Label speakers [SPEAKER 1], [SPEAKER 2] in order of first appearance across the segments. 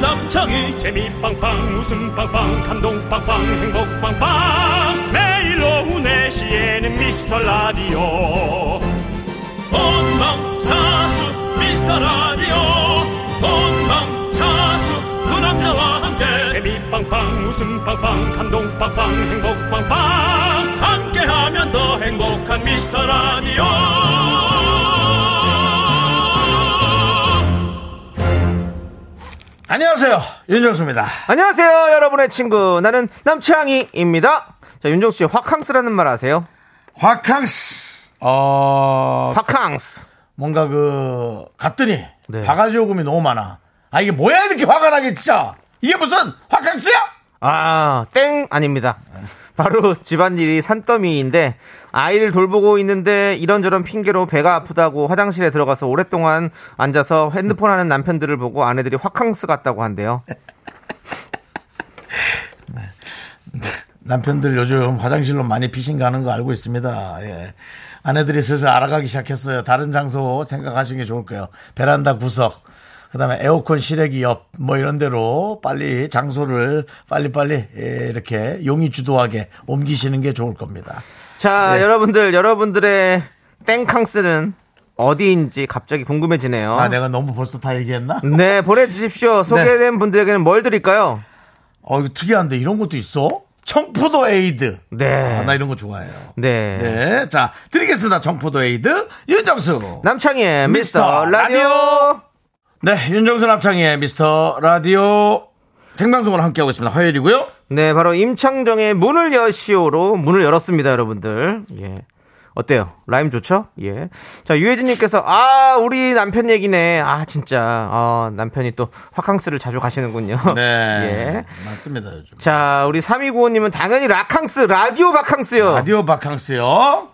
[SPEAKER 1] 빵빵이 재미 빵빵 웃음 빵빵 감동 빵빵 행복 빵빵 매일 오후 4시에는 미스터 라디오 본방사수 미스터 라디오 본방사수 그 남자와 함께 재미 빵빵 웃음 빵빵 감동 빵빵 행복 빵빵 함께하면 더 행복한 미스터 라디오
[SPEAKER 2] 안녕하세요. 윤정수입니다.
[SPEAKER 3] 안녕하세요, 여러분의 친구. 나는 남창희입니다. 자, 윤정수 씨, 화캉스라는 말 아세요?
[SPEAKER 2] 화캉스. 어,
[SPEAKER 3] 화캉스.
[SPEAKER 2] 뭔가 그, 갔더니,
[SPEAKER 3] 네.
[SPEAKER 2] 바가지 요금이 너무 많아. 아, 이게 뭐야, 이렇게 화가 나게, 진짜. 이게 무슨 화캉스야?
[SPEAKER 3] 아, 땡! 아닙니다. 바로 집안일이 산더미인데, 아이를 돌보고 있는데 이런저런 핑계로 배가 아프다고 화장실에 들어가서 오랫동안 앉아서 핸드폰 하는 남편들을 보고 아내들이 화캉스 같다고 한대요.
[SPEAKER 2] 남편들 요즘 화장실로 많이 피신 가는 거 알고 있습니다. 예. 아내들이 슬슬 알아가기 시작했어요. 다른 장소 생각하시는 게 좋을 거예요. 베란다 구석, 그 다음에 에어컨 실외기 옆, 뭐 이런 데로 빨리 장소를 빨리빨리 예, 이렇게 용이 주도하게 옮기시는 게 좋을 겁니다.
[SPEAKER 3] 자,
[SPEAKER 2] 네.
[SPEAKER 3] 여러분들, 여러분들의 땡캉스는 어디인지 갑자기 궁금해지네요.
[SPEAKER 2] 아, 내가 너무 벌써 다 얘기했나?
[SPEAKER 3] 네, 보내주십시오. 소개된
[SPEAKER 2] 네.
[SPEAKER 3] 분들에게는 뭘 드릴까요?
[SPEAKER 2] 어, 이거 특이한데 이런 것도 있어? 청포도 에이드. 아, 나
[SPEAKER 3] 네.
[SPEAKER 2] 이런 거 좋아해요.
[SPEAKER 3] 네.
[SPEAKER 2] 네. 자, 드리겠습니다. 청포도 에이드, 윤정수.
[SPEAKER 3] 남창희의
[SPEAKER 2] 미스터
[SPEAKER 3] 미스터 라디오.
[SPEAKER 2] 네, 윤정수 남창희의 미스터 라디오 생방송으로 함께하고 있습니다. 화요일이고요.
[SPEAKER 3] 네, 바로 임창정의 문을 여시오로 문을 열었습니다, 여러분들. 예. 어때요? 라임 좋죠? 예. 자, 유혜진님께서, 아, 우리 남편 얘기네. 아, 진짜. 아, 남편이 또 화캉스를 자주 가시는군요.
[SPEAKER 2] 네.
[SPEAKER 3] 예.
[SPEAKER 2] 맞습니다, 요즘.
[SPEAKER 3] 자, 우리 3295님은 당연히 라캉스, 라디오 바캉스요.
[SPEAKER 2] 라디오 바캉스요.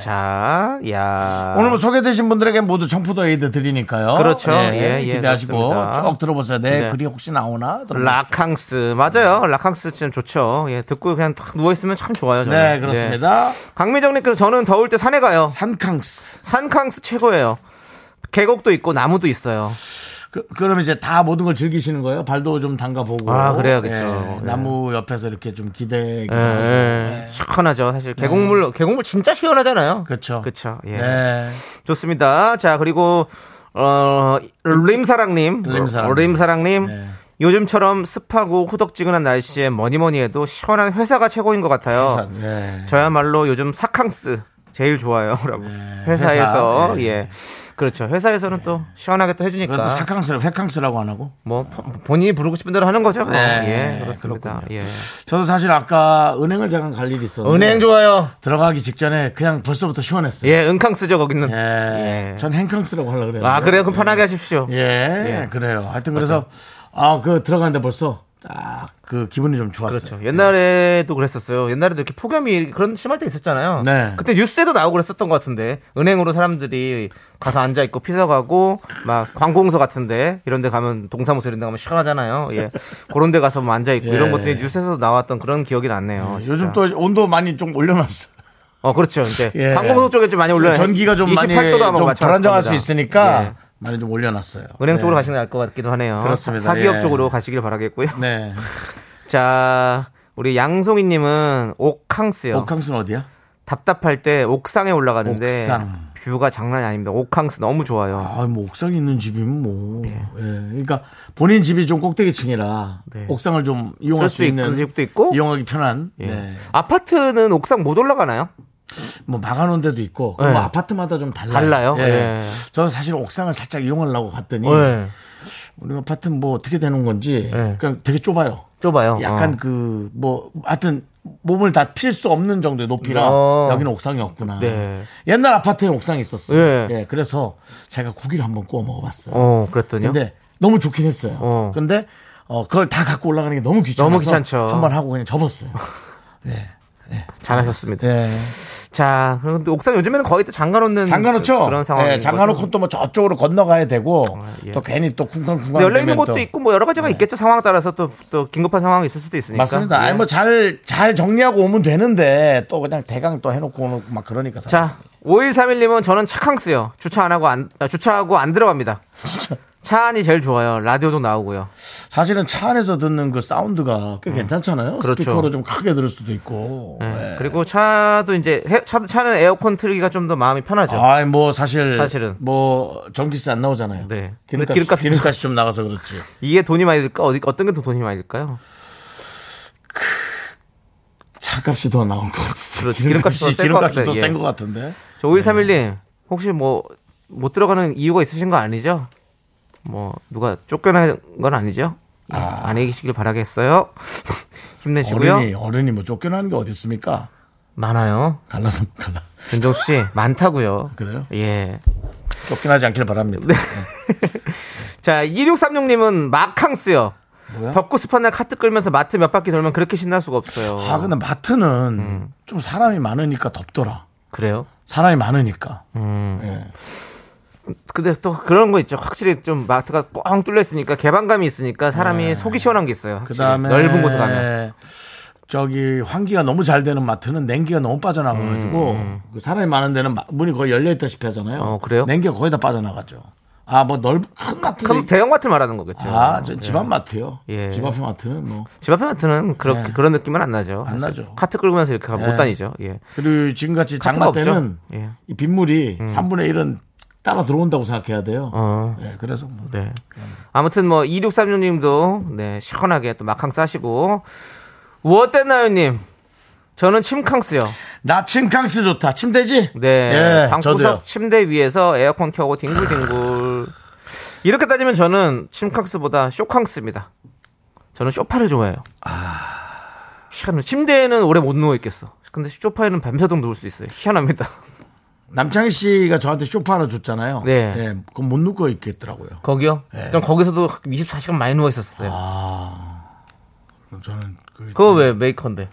[SPEAKER 3] 자, 야.
[SPEAKER 2] 오늘 뭐 소개되신 분들에게 모두 청포도 에이드 드리니까요.
[SPEAKER 3] 아. 그렇죠.
[SPEAKER 2] 예,
[SPEAKER 3] 예, 예,
[SPEAKER 2] 기대하시고
[SPEAKER 3] 그렇습니다.
[SPEAKER 2] 쭉 들어보세요. 내
[SPEAKER 3] 네.
[SPEAKER 2] 글이 혹시 나오나? 들어보세요.
[SPEAKER 3] 라캉스 맞아요. 라캉스 참 좋죠. 예, 듣고 그냥 딱 누워 있으면 참 좋아요. 저는.
[SPEAKER 2] 네, 그렇습니다.
[SPEAKER 3] 예. 강미정님께서 저는 더울 때 산에 가요.
[SPEAKER 2] 산캉스.
[SPEAKER 3] 산캉스 최고예요. 계곡도 있고 나무도 있어요.
[SPEAKER 2] 그, 그럼 이제 다 모든 걸 즐기시는 거예요? 발도 좀 담가보고.
[SPEAKER 3] 아, 그래야겠죠.
[SPEAKER 2] 예,
[SPEAKER 3] 예.
[SPEAKER 2] 나무 옆에서 이렇게 좀 기대기도
[SPEAKER 3] 예,
[SPEAKER 2] 하고.
[SPEAKER 3] 예.
[SPEAKER 2] 예.
[SPEAKER 3] 시원하죠. 사실 네. 계곡물 계곡물 진짜 시원하잖아요.
[SPEAKER 2] 그쵸.
[SPEAKER 3] 그렇죠. 예.
[SPEAKER 2] 네.
[SPEAKER 3] 좋습니다. 자 그리고 어 림사랑님,
[SPEAKER 2] 림사랑님.
[SPEAKER 3] 어, 림사랑님.
[SPEAKER 2] 네.
[SPEAKER 3] 요즘처럼 습하고 후덕지근한 날씨에 뭐니 뭐니 해도 시원한 회사가 최고인 것 같아요.
[SPEAKER 2] 산, 네.
[SPEAKER 3] 저야말로 요즘 사캉스 제일 좋아요라고 네, 회사에서
[SPEAKER 2] 회사, 예.
[SPEAKER 3] 예. 그렇죠 회사에서는 또 시원하게 또 해주니까
[SPEAKER 2] 그래도 사캉스를 회캉스라고 안 하고.
[SPEAKER 3] 뭐 포- 본인이 부르고 싶은 대로 하는 거죠 뭐.
[SPEAKER 2] 네,
[SPEAKER 3] 예 그렇습니다 예.
[SPEAKER 2] 저도 사실 아까 은행을 잠깐 갈 일이 있었는데
[SPEAKER 3] 은행 좋아요
[SPEAKER 2] 들어가기 직전에 그냥 벌써부터 시원했어요.
[SPEAKER 3] 예 은캉스죠 거기는
[SPEAKER 2] 예.
[SPEAKER 3] 예.
[SPEAKER 2] 전 행캉스라고 하려고 그래요.
[SPEAKER 3] 아 그래요 그럼 편하게 하십시오
[SPEAKER 2] 예.
[SPEAKER 3] 예.
[SPEAKER 2] 그래요. 하여튼 그래서 아, 그 들어가는데 벌써 딱 그 기분이 좀 좋았어요.
[SPEAKER 3] 그렇죠 옛날에도 그랬었어요 옛날에도 이렇게 폭염이 그런 심할 때 있었잖아요
[SPEAKER 2] 네.
[SPEAKER 3] 그때 뉴스에도 나오고 그랬었던 것 같은데 은행으로 사람들이 가서 앉아 있고 피서 가고 막 관공서 같은데 이런데 가면 동사무소 이런데 가면 시원하잖아요 예 그런데 가서 뭐 앉아 있고
[SPEAKER 2] 예.
[SPEAKER 3] 이런 것들이 뉴스에서 나왔던 그런 기억이 났네요
[SPEAKER 2] 예,
[SPEAKER 3] 진짜.
[SPEAKER 2] 요즘 또 온도 많이 좀 올려놨어.
[SPEAKER 3] 어 그렇죠 이제
[SPEAKER 2] 예.
[SPEAKER 3] 관공서 쪽에 좀 많이 올라
[SPEAKER 2] 전기가 좀 많이
[SPEAKER 3] 28도로 아마
[SPEAKER 2] 좀
[SPEAKER 3] 맞춰놨을
[SPEAKER 2] 불안정할 수
[SPEAKER 3] 겁니다.
[SPEAKER 2] 있으니까
[SPEAKER 3] 예.
[SPEAKER 2] 많이 좀 올려놨어요.
[SPEAKER 3] 은행
[SPEAKER 2] 네.
[SPEAKER 3] 쪽으로 가시는 게 나을 것 같기도 하네요.
[SPEAKER 2] 그렇습니다.
[SPEAKER 3] 사- 사기업
[SPEAKER 2] 예.
[SPEAKER 3] 쪽으로 가시길 바라겠고요.
[SPEAKER 2] 네.
[SPEAKER 3] 자, 우리 양송이님은 옥캉스요.
[SPEAKER 2] 옥캉스는 어디야?
[SPEAKER 3] 답답할 때 옥상에 올라가는데
[SPEAKER 2] 옥상.
[SPEAKER 3] 뷰가 장난이 아닙니다. 옥캉스 너무 좋아요.
[SPEAKER 2] 아, 뭐 옥상에 있는 집이면 뭐. 예. 그러니까 본인 집이 좀 꼭대기층이라
[SPEAKER 3] 네.
[SPEAKER 2] 옥상을 좀 이용할
[SPEAKER 3] 쓸
[SPEAKER 2] 수,
[SPEAKER 3] 수 있는
[SPEAKER 2] 있는
[SPEAKER 3] 집도 있고.
[SPEAKER 2] 이용하기 편한.
[SPEAKER 3] 예.
[SPEAKER 2] 네.
[SPEAKER 3] 아파트는 옥상 못 올라가나요?
[SPEAKER 2] 뭐 막아놓은 데도 있고
[SPEAKER 3] 네.
[SPEAKER 2] 뭐 아파트마다 좀 달라요.
[SPEAKER 3] 달라요?
[SPEAKER 2] 예.
[SPEAKER 3] 예.
[SPEAKER 2] 저는 사실 옥상을 살짝 이용하려고 갔더니
[SPEAKER 3] 네.
[SPEAKER 2] 우리 아파트 뭐 어떻게 되는 건지
[SPEAKER 3] 네.
[SPEAKER 2] 그냥 되게 좁아요.
[SPEAKER 3] 좁아요.
[SPEAKER 2] 약간
[SPEAKER 3] 어.
[SPEAKER 2] 그 뭐 하여튼 몸을 다 필 수 없는 정도의 높이라
[SPEAKER 3] 어.
[SPEAKER 2] 여기는 옥상이 없구나.
[SPEAKER 3] 네.
[SPEAKER 2] 옛날 아파트에 옥상이 있었어요.
[SPEAKER 3] 예.
[SPEAKER 2] 예, 그래서 제가 고기를 한번 구워 먹어봤어요.
[SPEAKER 3] 어, 그랬더니요.
[SPEAKER 2] 근데 너무 좋긴 했어요.
[SPEAKER 3] 어.
[SPEAKER 2] 근데 어, 그걸 다 갖고 올라가는 게 너무 귀찮아서
[SPEAKER 3] 너무 귀찮죠.
[SPEAKER 2] 한번 하고 그냥 접었어요.
[SPEAKER 3] 잘하셨습니다.
[SPEAKER 2] 예.
[SPEAKER 3] 자, 그럼 또 옥상 요즘에는 거의 다 잠가놓는
[SPEAKER 2] 잠가놓죠.
[SPEAKER 3] 그런 상황.
[SPEAKER 2] 예, 잠가놓고 또 뭐 저쪽으로 건너가야 되고
[SPEAKER 3] 예.
[SPEAKER 2] 또 괜히 또 쿵쾅쿵쾅.
[SPEAKER 3] 열려 있는
[SPEAKER 2] 되면
[SPEAKER 3] 곳도
[SPEAKER 2] 또-
[SPEAKER 3] 있고 뭐 여러 가지가 있겠죠. 상황 에 따라서 또 또 긴급한 상황이 있을 수도 있으니까.
[SPEAKER 2] 맞습니다.
[SPEAKER 3] 예.
[SPEAKER 2] 아니 뭐잘잘 정리하고 오면 되는데 또 그냥 대강 또 해놓고 오는 막 그러니까.
[SPEAKER 3] 자, 5131님은 저는 차캉스요. 주차 안 하고 안, 아, 주차하고 안 들어갑니다. 차 안이 제일 좋아요. 라디오도 나오고요.
[SPEAKER 2] 사실은 차 안에서 듣는 그 사운드가 꽤 괜찮잖아요.
[SPEAKER 3] 그렇죠.
[SPEAKER 2] 스피커로 좀 크게 들을 수도 있고.
[SPEAKER 3] 네.
[SPEAKER 2] 예.
[SPEAKER 3] 그리고 차도 이제 해- 차, 차는 에어컨 틀기가 좀 더 마음이 편하죠.
[SPEAKER 2] 아이 뭐 사실
[SPEAKER 3] 사실은.
[SPEAKER 2] 뭐 전기세 안 나오잖아요.
[SPEAKER 3] 네.
[SPEAKER 2] 기름값,
[SPEAKER 3] 근데 기름값-
[SPEAKER 2] 기름값 기름값이 좀 나가서 그렇지.
[SPEAKER 3] 이게 돈이 많이 들까? 어디 어떤 게 더 돈이 많이 들까요?
[SPEAKER 2] 차값이 더 나온 것 같은데.
[SPEAKER 3] 그렇지. 기름값이 더셀것
[SPEAKER 2] 기름값이
[SPEAKER 3] 같아요,
[SPEAKER 2] 더
[SPEAKER 3] 예.
[SPEAKER 2] 센 것 같은데.
[SPEAKER 3] 저 5131님 혹시 뭐 못 들어가는 이유가 있으신 거 아니죠? 뭐 누가 쫓겨난 건 아니죠? 예, 안 이기시길 바라겠어요. 힘내시고요.
[SPEAKER 2] 어른이 어른이 뭐 쫓겨나는 게 어디 있습니까?
[SPEAKER 3] 많아요.
[SPEAKER 2] 갈라서 갈라
[SPEAKER 3] 윤정수 씨 많다고요.
[SPEAKER 2] 그래요?
[SPEAKER 3] 예.
[SPEAKER 2] 쫓겨나지 않길 바랍니다.
[SPEAKER 3] 네. 자, 2636님은 마캉스요.
[SPEAKER 2] 뭐야?
[SPEAKER 3] 덥고 습한 날 카트 끌면서 마트 몇 바퀴 돌면 그렇게 신날 수가 없어요.
[SPEAKER 2] 아 근데 마트는
[SPEAKER 3] 음.
[SPEAKER 2] 좀 사람이 많으니까 덥더라.
[SPEAKER 3] 그래요?
[SPEAKER 2] 사람이 많으니까.
[SPEAKER 3] 음.
[SPEAKER 2] 예.
[SPEAKER 3] 근데 또 그런 거 있죠. 확실히 좀 마트가 뻥 뚫려 있으니까 개방감이 있으니까 사람이 속이 시원한 게 있어요.
[SPEAKER 2] 그
[SPEAKER 3] 확실히.
[SPEAKER 2] 다음에
[SPEAKER 3] 넓은 곳에 가면.
[SPEAKER 2] 저기 환기가 너무 잘 되는 마트는 냉기가 너무 빠져나가가지고 그 사람이 많은 데는 마- 문이 거의 열려 있다시피 하잖아요.
[SPEAKER 3] 음. 어, 그래요?
[SPEAKER 2] 냉기가 거의 다 빠져나가죠. 아 뭐 넓 큰 마트.
[SPEAKER 3] 그럼 대형 마트를 말하는 거겠죠.
[SPEAKER 2] 아, 저 집앞 마트요.
[SPEAKER 3] 예.
[SPEAKER 2] 집 앞 마트는 뭐
[SPEAKER 3] 집 앞에 마트는 그렇게
[SPEAKER 2] 예.
[SPEAKER 3] 그런 느낌은 안 나죠.
[SPEAKER 2] 안
[SPEAKER 3] 사실
[SPEAKER 2] 나죠.
[SPEAKER 3] 카트 끌면서 이렇게 가면
[SPEAKER 2] 예.
[SPEAKER 3] 못 다니죠. 예.
[SPEAKER 2] 그리고 지금같이
[SPEAKER 3] 카트가
[SPEAKER 2] 장마 때는
[SPEAKER 3] 없죠? 예.
[SPEAKER 2] 이 빗물이 3분의 1은 따라 들어온다고 생각해야 돼요.
[SPEAKER 3] 어.
[SPEAKER 2] 예, 그래서 뭐
[SPEAKER 3] 네. 아무튼 뭐 2636님도 네 시원하게 또 마캉스 하시고 우 어땠나요님? 저는 침캉스요.
[SPEAKER 2] 나침캉스 좋다. 침대지?
[SPEAKER 3] 네.
[SPEAKER 2] 예,
[SPEAKER 3] 방구석
[SPEAKER 2] 저도요.
[SPEAKER 3] 침대 위에서 에어컨 켜고 뒹굴뒹굴. 이렇게 따지면 저는 침캉스보다 쇼캉스입니다. 저는 쇼파를 좋아해요. 희한해. 침대에는 오래 못 누워 있겠어. 근데 쇼파에는 밤새도록 누울 수 있어요. 희한합니다.
[SPEAKER 2] 남창희 씨가 저한테 쇼파 하나 줬잖아요.
[SPEAKER 3] 네.
[SPEAKER 2] 예, 그건 못 누워 있겠더라고요.
[SPEAKER 3] 거기요? 전 거기서도 24시간 많이 누워 있었어요.
[SPEAKER 2] 그럼 저는 그
[SPEAKER 3] 아, 그거 왜 메이커인데?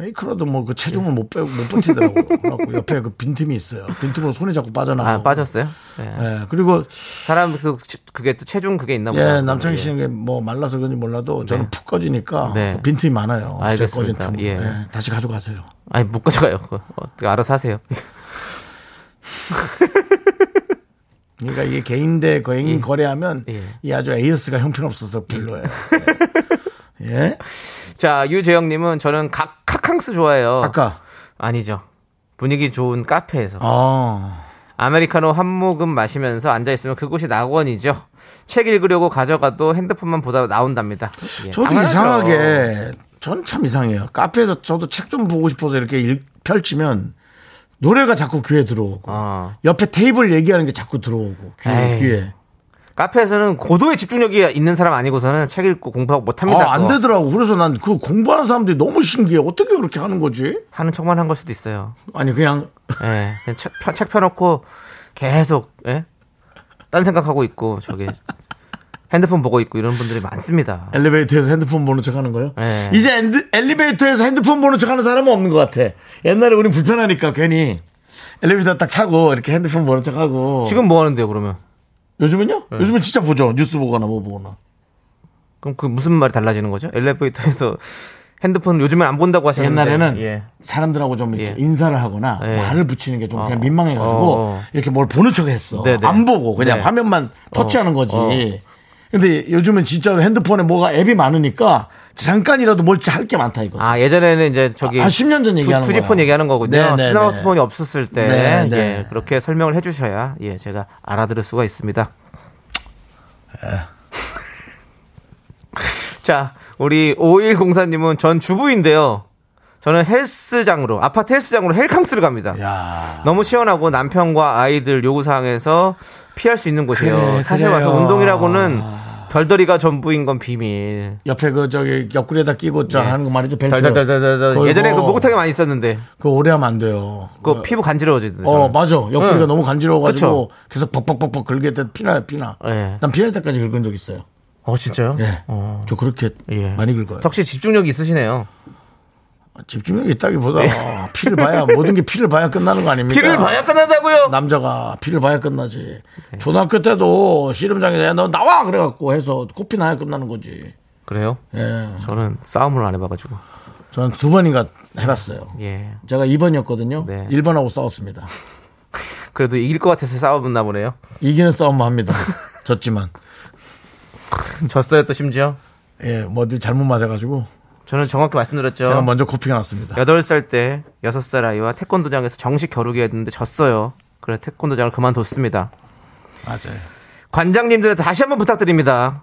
[SPEAKER 2] 메이크라도 뭐 그 체중을 못 빼고 못 버티더라고. 그래갖고 옆에 그 빈틈이 있어요. 빈틈으로 손이 자꾸 빠져나가.
[SPEAKER 3] 아 빠졌어요? 네.
[SPEAKER 2] 예, 그리고
[SPEAKER 3] 사람 그 그게 또 체중 그게 있나 보다.
[SPEAKER 2] 예, 남창희 씨는 뭐 말라서 그런지 몰라도 저는 푹 꺼지니까
[SPEAKER 3] 네.
[SPEAKER 2] 빈틈이 많아요. 제가
[SPEAKER 3] 알겠습니다.
[SPEAKER 2] 꺼진 틈.
[SPEAKER 3] 예.
[SPEAKER 2] 예. 다시 가져가세요.
[SPEAKER 3] 아니 못 가져가요. 그거. 어떻게 알아서 하세요.
[SPEAKER 2] 그러니까 이게 개인 대 거인 거래하면
[SPEAKER 3] 예.
[SPEAKER 2] 이 아주 AS가 형편없어서 별로예요. 예. 예?
[SPEAKER 3] 자 유재영님은 저는 각 카캉스 좋아해요.
[SPEAKER 2] 아까
[SPEAKER 3] 아니죠. 분위기 좋은 카페에서
[SPEAKER 2] 아
[SPEAKER 3] 아메리카노 한 모금 마시면서 앉아 있으면 그곳이 낙원이죠. 책 읽으려고 가져가도 핸드폰만 보다 나온답니다. 예,
[SPEAKER 2] 저도
[SPEAKER 3] 당연하죠.
[SPEAKER 2] 이상하게 저는 참 이상해요. 카페에서 저도 책 좀 보고 싶어서 이렇게 일- 펼치면 노래가 자꾸 귀에 들어오고
[SPEAKER 3] 어.
[SPEAKER 2] 옆에 테이블 얘기하는 게 자꾸 들어오고 귀에
[SPEAKER 3] 에이.
[SPEAKER 2] 귀에
[SPEAKER 3] 카페에서는 고도의 집중력이 있는 사람 아니고서는 책 읽고 공부하고 못합니다. 어.
[SPEAKER 2] 아, 안
[SPEAKER 3] 그거.
[SPEAKER 2] 되더라고. 그래서 난 그 공부하는 사람들이 너무 신기해. 어떻게 그렇게 하는 거지?
[SPEAKER 3] 하는 척만 한 걸 수도 있어요.
[SPEAKER 2] 아니 그냥
[SPEAKER 3] 예, 그냥 책, 펴, 책 펴놓고 계속 예? 딴 생각하고 있고 저기 핸드폰 보고 있고 이런 분들이 많습니다.
[SPEAKER 2] 엘리베이터에서 핸드폰 보는 척 하는 거요?
[SPEAKER 3] 네.
[SPEAKER 2] 이제 엔드- 엘리베이터에서 핸드폰 보는 척 하는 사람은 없는 것 같아. 옛날에 우린 불편하니까 괜히 엘리베이터 딱 타고 이렇게 핸드폰 보는 척 하고.
[SPEAKER 3] 지금 네. 뭐 하는데요 그러면?
[SPEAKER 2] 요즘은요? 요즘은 진짜 보죠. 뉴스 보거나 뭐 보거나.
[SPEAKER 3] 그럼 그 무슨 말이 달라지는 거죠? 엘리베이터에서 핸드폰 요즘엔 안 본다고 하셨는데
[SPEAKER 2] 옛날에는
[SPEAKER 3] 예.
[SPEAKER 2] 사람들하고 좀 이렇게
[SPEAKER 3] 예.
[SPEAKER 2] 인사를 하거나
[SPEAKER 3] 예.
[SPEAKER 2] 말을 붙이는 게 좀 그냥
[SPEAKER 3] 어.
[SPEAKER 2] 민망해가지고
[SPEAKER 3] 어, 어.
[SPEAKER 2] 이렇게 뭘 보는 척 했어.
[SPEAKER 3] 네네.
[SPEAKER 2] 안 보고 그냥
[SPEAKER 3] 네.
[SPEAKER 2] 화면만 터치하는 거지.
[SPEAKER 3] 어.
[SPEAKER 2] 근데 요즘은 진짜로 핸드폰에 뭐가 앱이 많으니까 잠깐이라도 뭘 할 게 많다 이거죠.
[SPEAKER 3] 아 예전에는 이제 저기
[SPEAKER 2] 아, 한 10년 전
[SPEAKER 3] 투-
[SPEAKER 2] 얘기하는
[SPEAKER 3] 투지폰
[SPEAKER 2] 거야.
[SPEAKER 3] 얘기하는 거군요.
[SPEAKER 2] 네, 네,
[SPEAKER 3] 스마트폰이 없었을 때
[SPEAKER 2] 네, 네.
[SPEAKER 3] 예, 그렇게 설명을 해주셔야 예 제가 알아들을 수가 있습니다. 자 우리 5104님은 전 주부인데요. 저는 헬스장으로 아파트 헬스장으로 헬캉스를 갑니다.
[SPEAKER 2] 야.
[SPEAKER 3] 너무 시원하고 남편과 아이들 요구 사항에서 피할 수 있는 곳이에요.
[SPEAKER 2] 그래,
[SPEAKER 3] 사실
[SPEAKER 2] 그래요.
[SPEAKER 3] 와서 운동이라고는 덜덜이가 전부인 건 비밀.
[SPEAKER 2] 옆에 그 저기 옆구리에다 끼고 저
[SPEAKER 3] 네.
[SPEAKER 2] 하는 거 말이죠. 벨트.
[SPEAKER 3] 덜덜덜덜덜.
[SPEAKER 2] 그거
[SPEAKER 3] 예전에 그
[SPEAKER 2] 이거
[SPEAKER 3] 목욕탕에 많이 있었는데
[SPEAKER 2] 그거 오래 하면 안 돼요.
[SPEAKER 3] 그거 피부 간지러워지던데.
[SPEAKER 2] 어,
[SPEAKER 3] 저는.
[SPEAKER 2] 맞아. 옆구리가
[SPEAKER 3] 응.
[SPEAKER 2] 너무 간지러워가지고
[SPEAKER 3] 그쵸?
[SPEAKER 2] 계속 벅벅벅벅 긁을 때 피나요, 피나.
[SPEAKER 3] 예.
[SPEAKER 2] 난 피날 때까지 긁은 적 있어요.
[SPEAKER 3] 어 진짜요?
[SPEAKER 2] 예.
[SPEAKER 3] 어.
[SPEAKER 2] 저 그렇게
[SPEAKER 3] 예.
[SPEAKER 2] 많이 긁어요.
[SPEAKER 3] 덕씨 집중력이 있으시네요.
[SPEAKER 2] 집중력이 있다기보다 피를 봐야 모든 게 피를 봐야 끝나는 거 아닙니까?
[SPEAKER 3] 네. 피를 봐야 네. 끝난다고요.
[SPEAKER 2] 남자가 피를 봐야 끝나지. 초등학교 때도 씨름장에서 야, 너 나와 그래갖고 해서 코피 나야 끝나는 거지.
[SPEAKER 3] 그래요?
[SPEAKER 2] 예.
[SPEAKER 3] 저는 싸움을 안 해봐가지고.
[SPEAKER 2] 저는 두 번인가 해봤어요.
[SPEAKER 3] 예.
[SPEAKER 2] 제가 2번이었거든요.
[SPEAKER 3] 네.
[SPEAKER 2] 1번하고 싸웠습니다.
[SPEAKER 3] 그래도 이길 것 같아서 싸워봤나 보네요.
[SPEAKER 2] 이기는 싸움만 합니다. 졌지만.
[SPEAKER 3] 졌어요 또 심지어.
[SPEAKER 2] 예, 뭐 어디 잘못 맞아가지고
[SPEAKER 3] 저는 정확히 말씀드렸죠.
[SPEAKER 2] 제가 먼저 코피가 났습니다.
[SPEAKER 3] 8살 때 6살 아이와 태권도장에서 정식 겨루기 했는데 졌어요. 그래서 태권도장을 그만뒀습니다.
[SPEAKER 2] 맞아요.
[SPEAKER 3] 관장님들 다시 한번 부탁드립니다.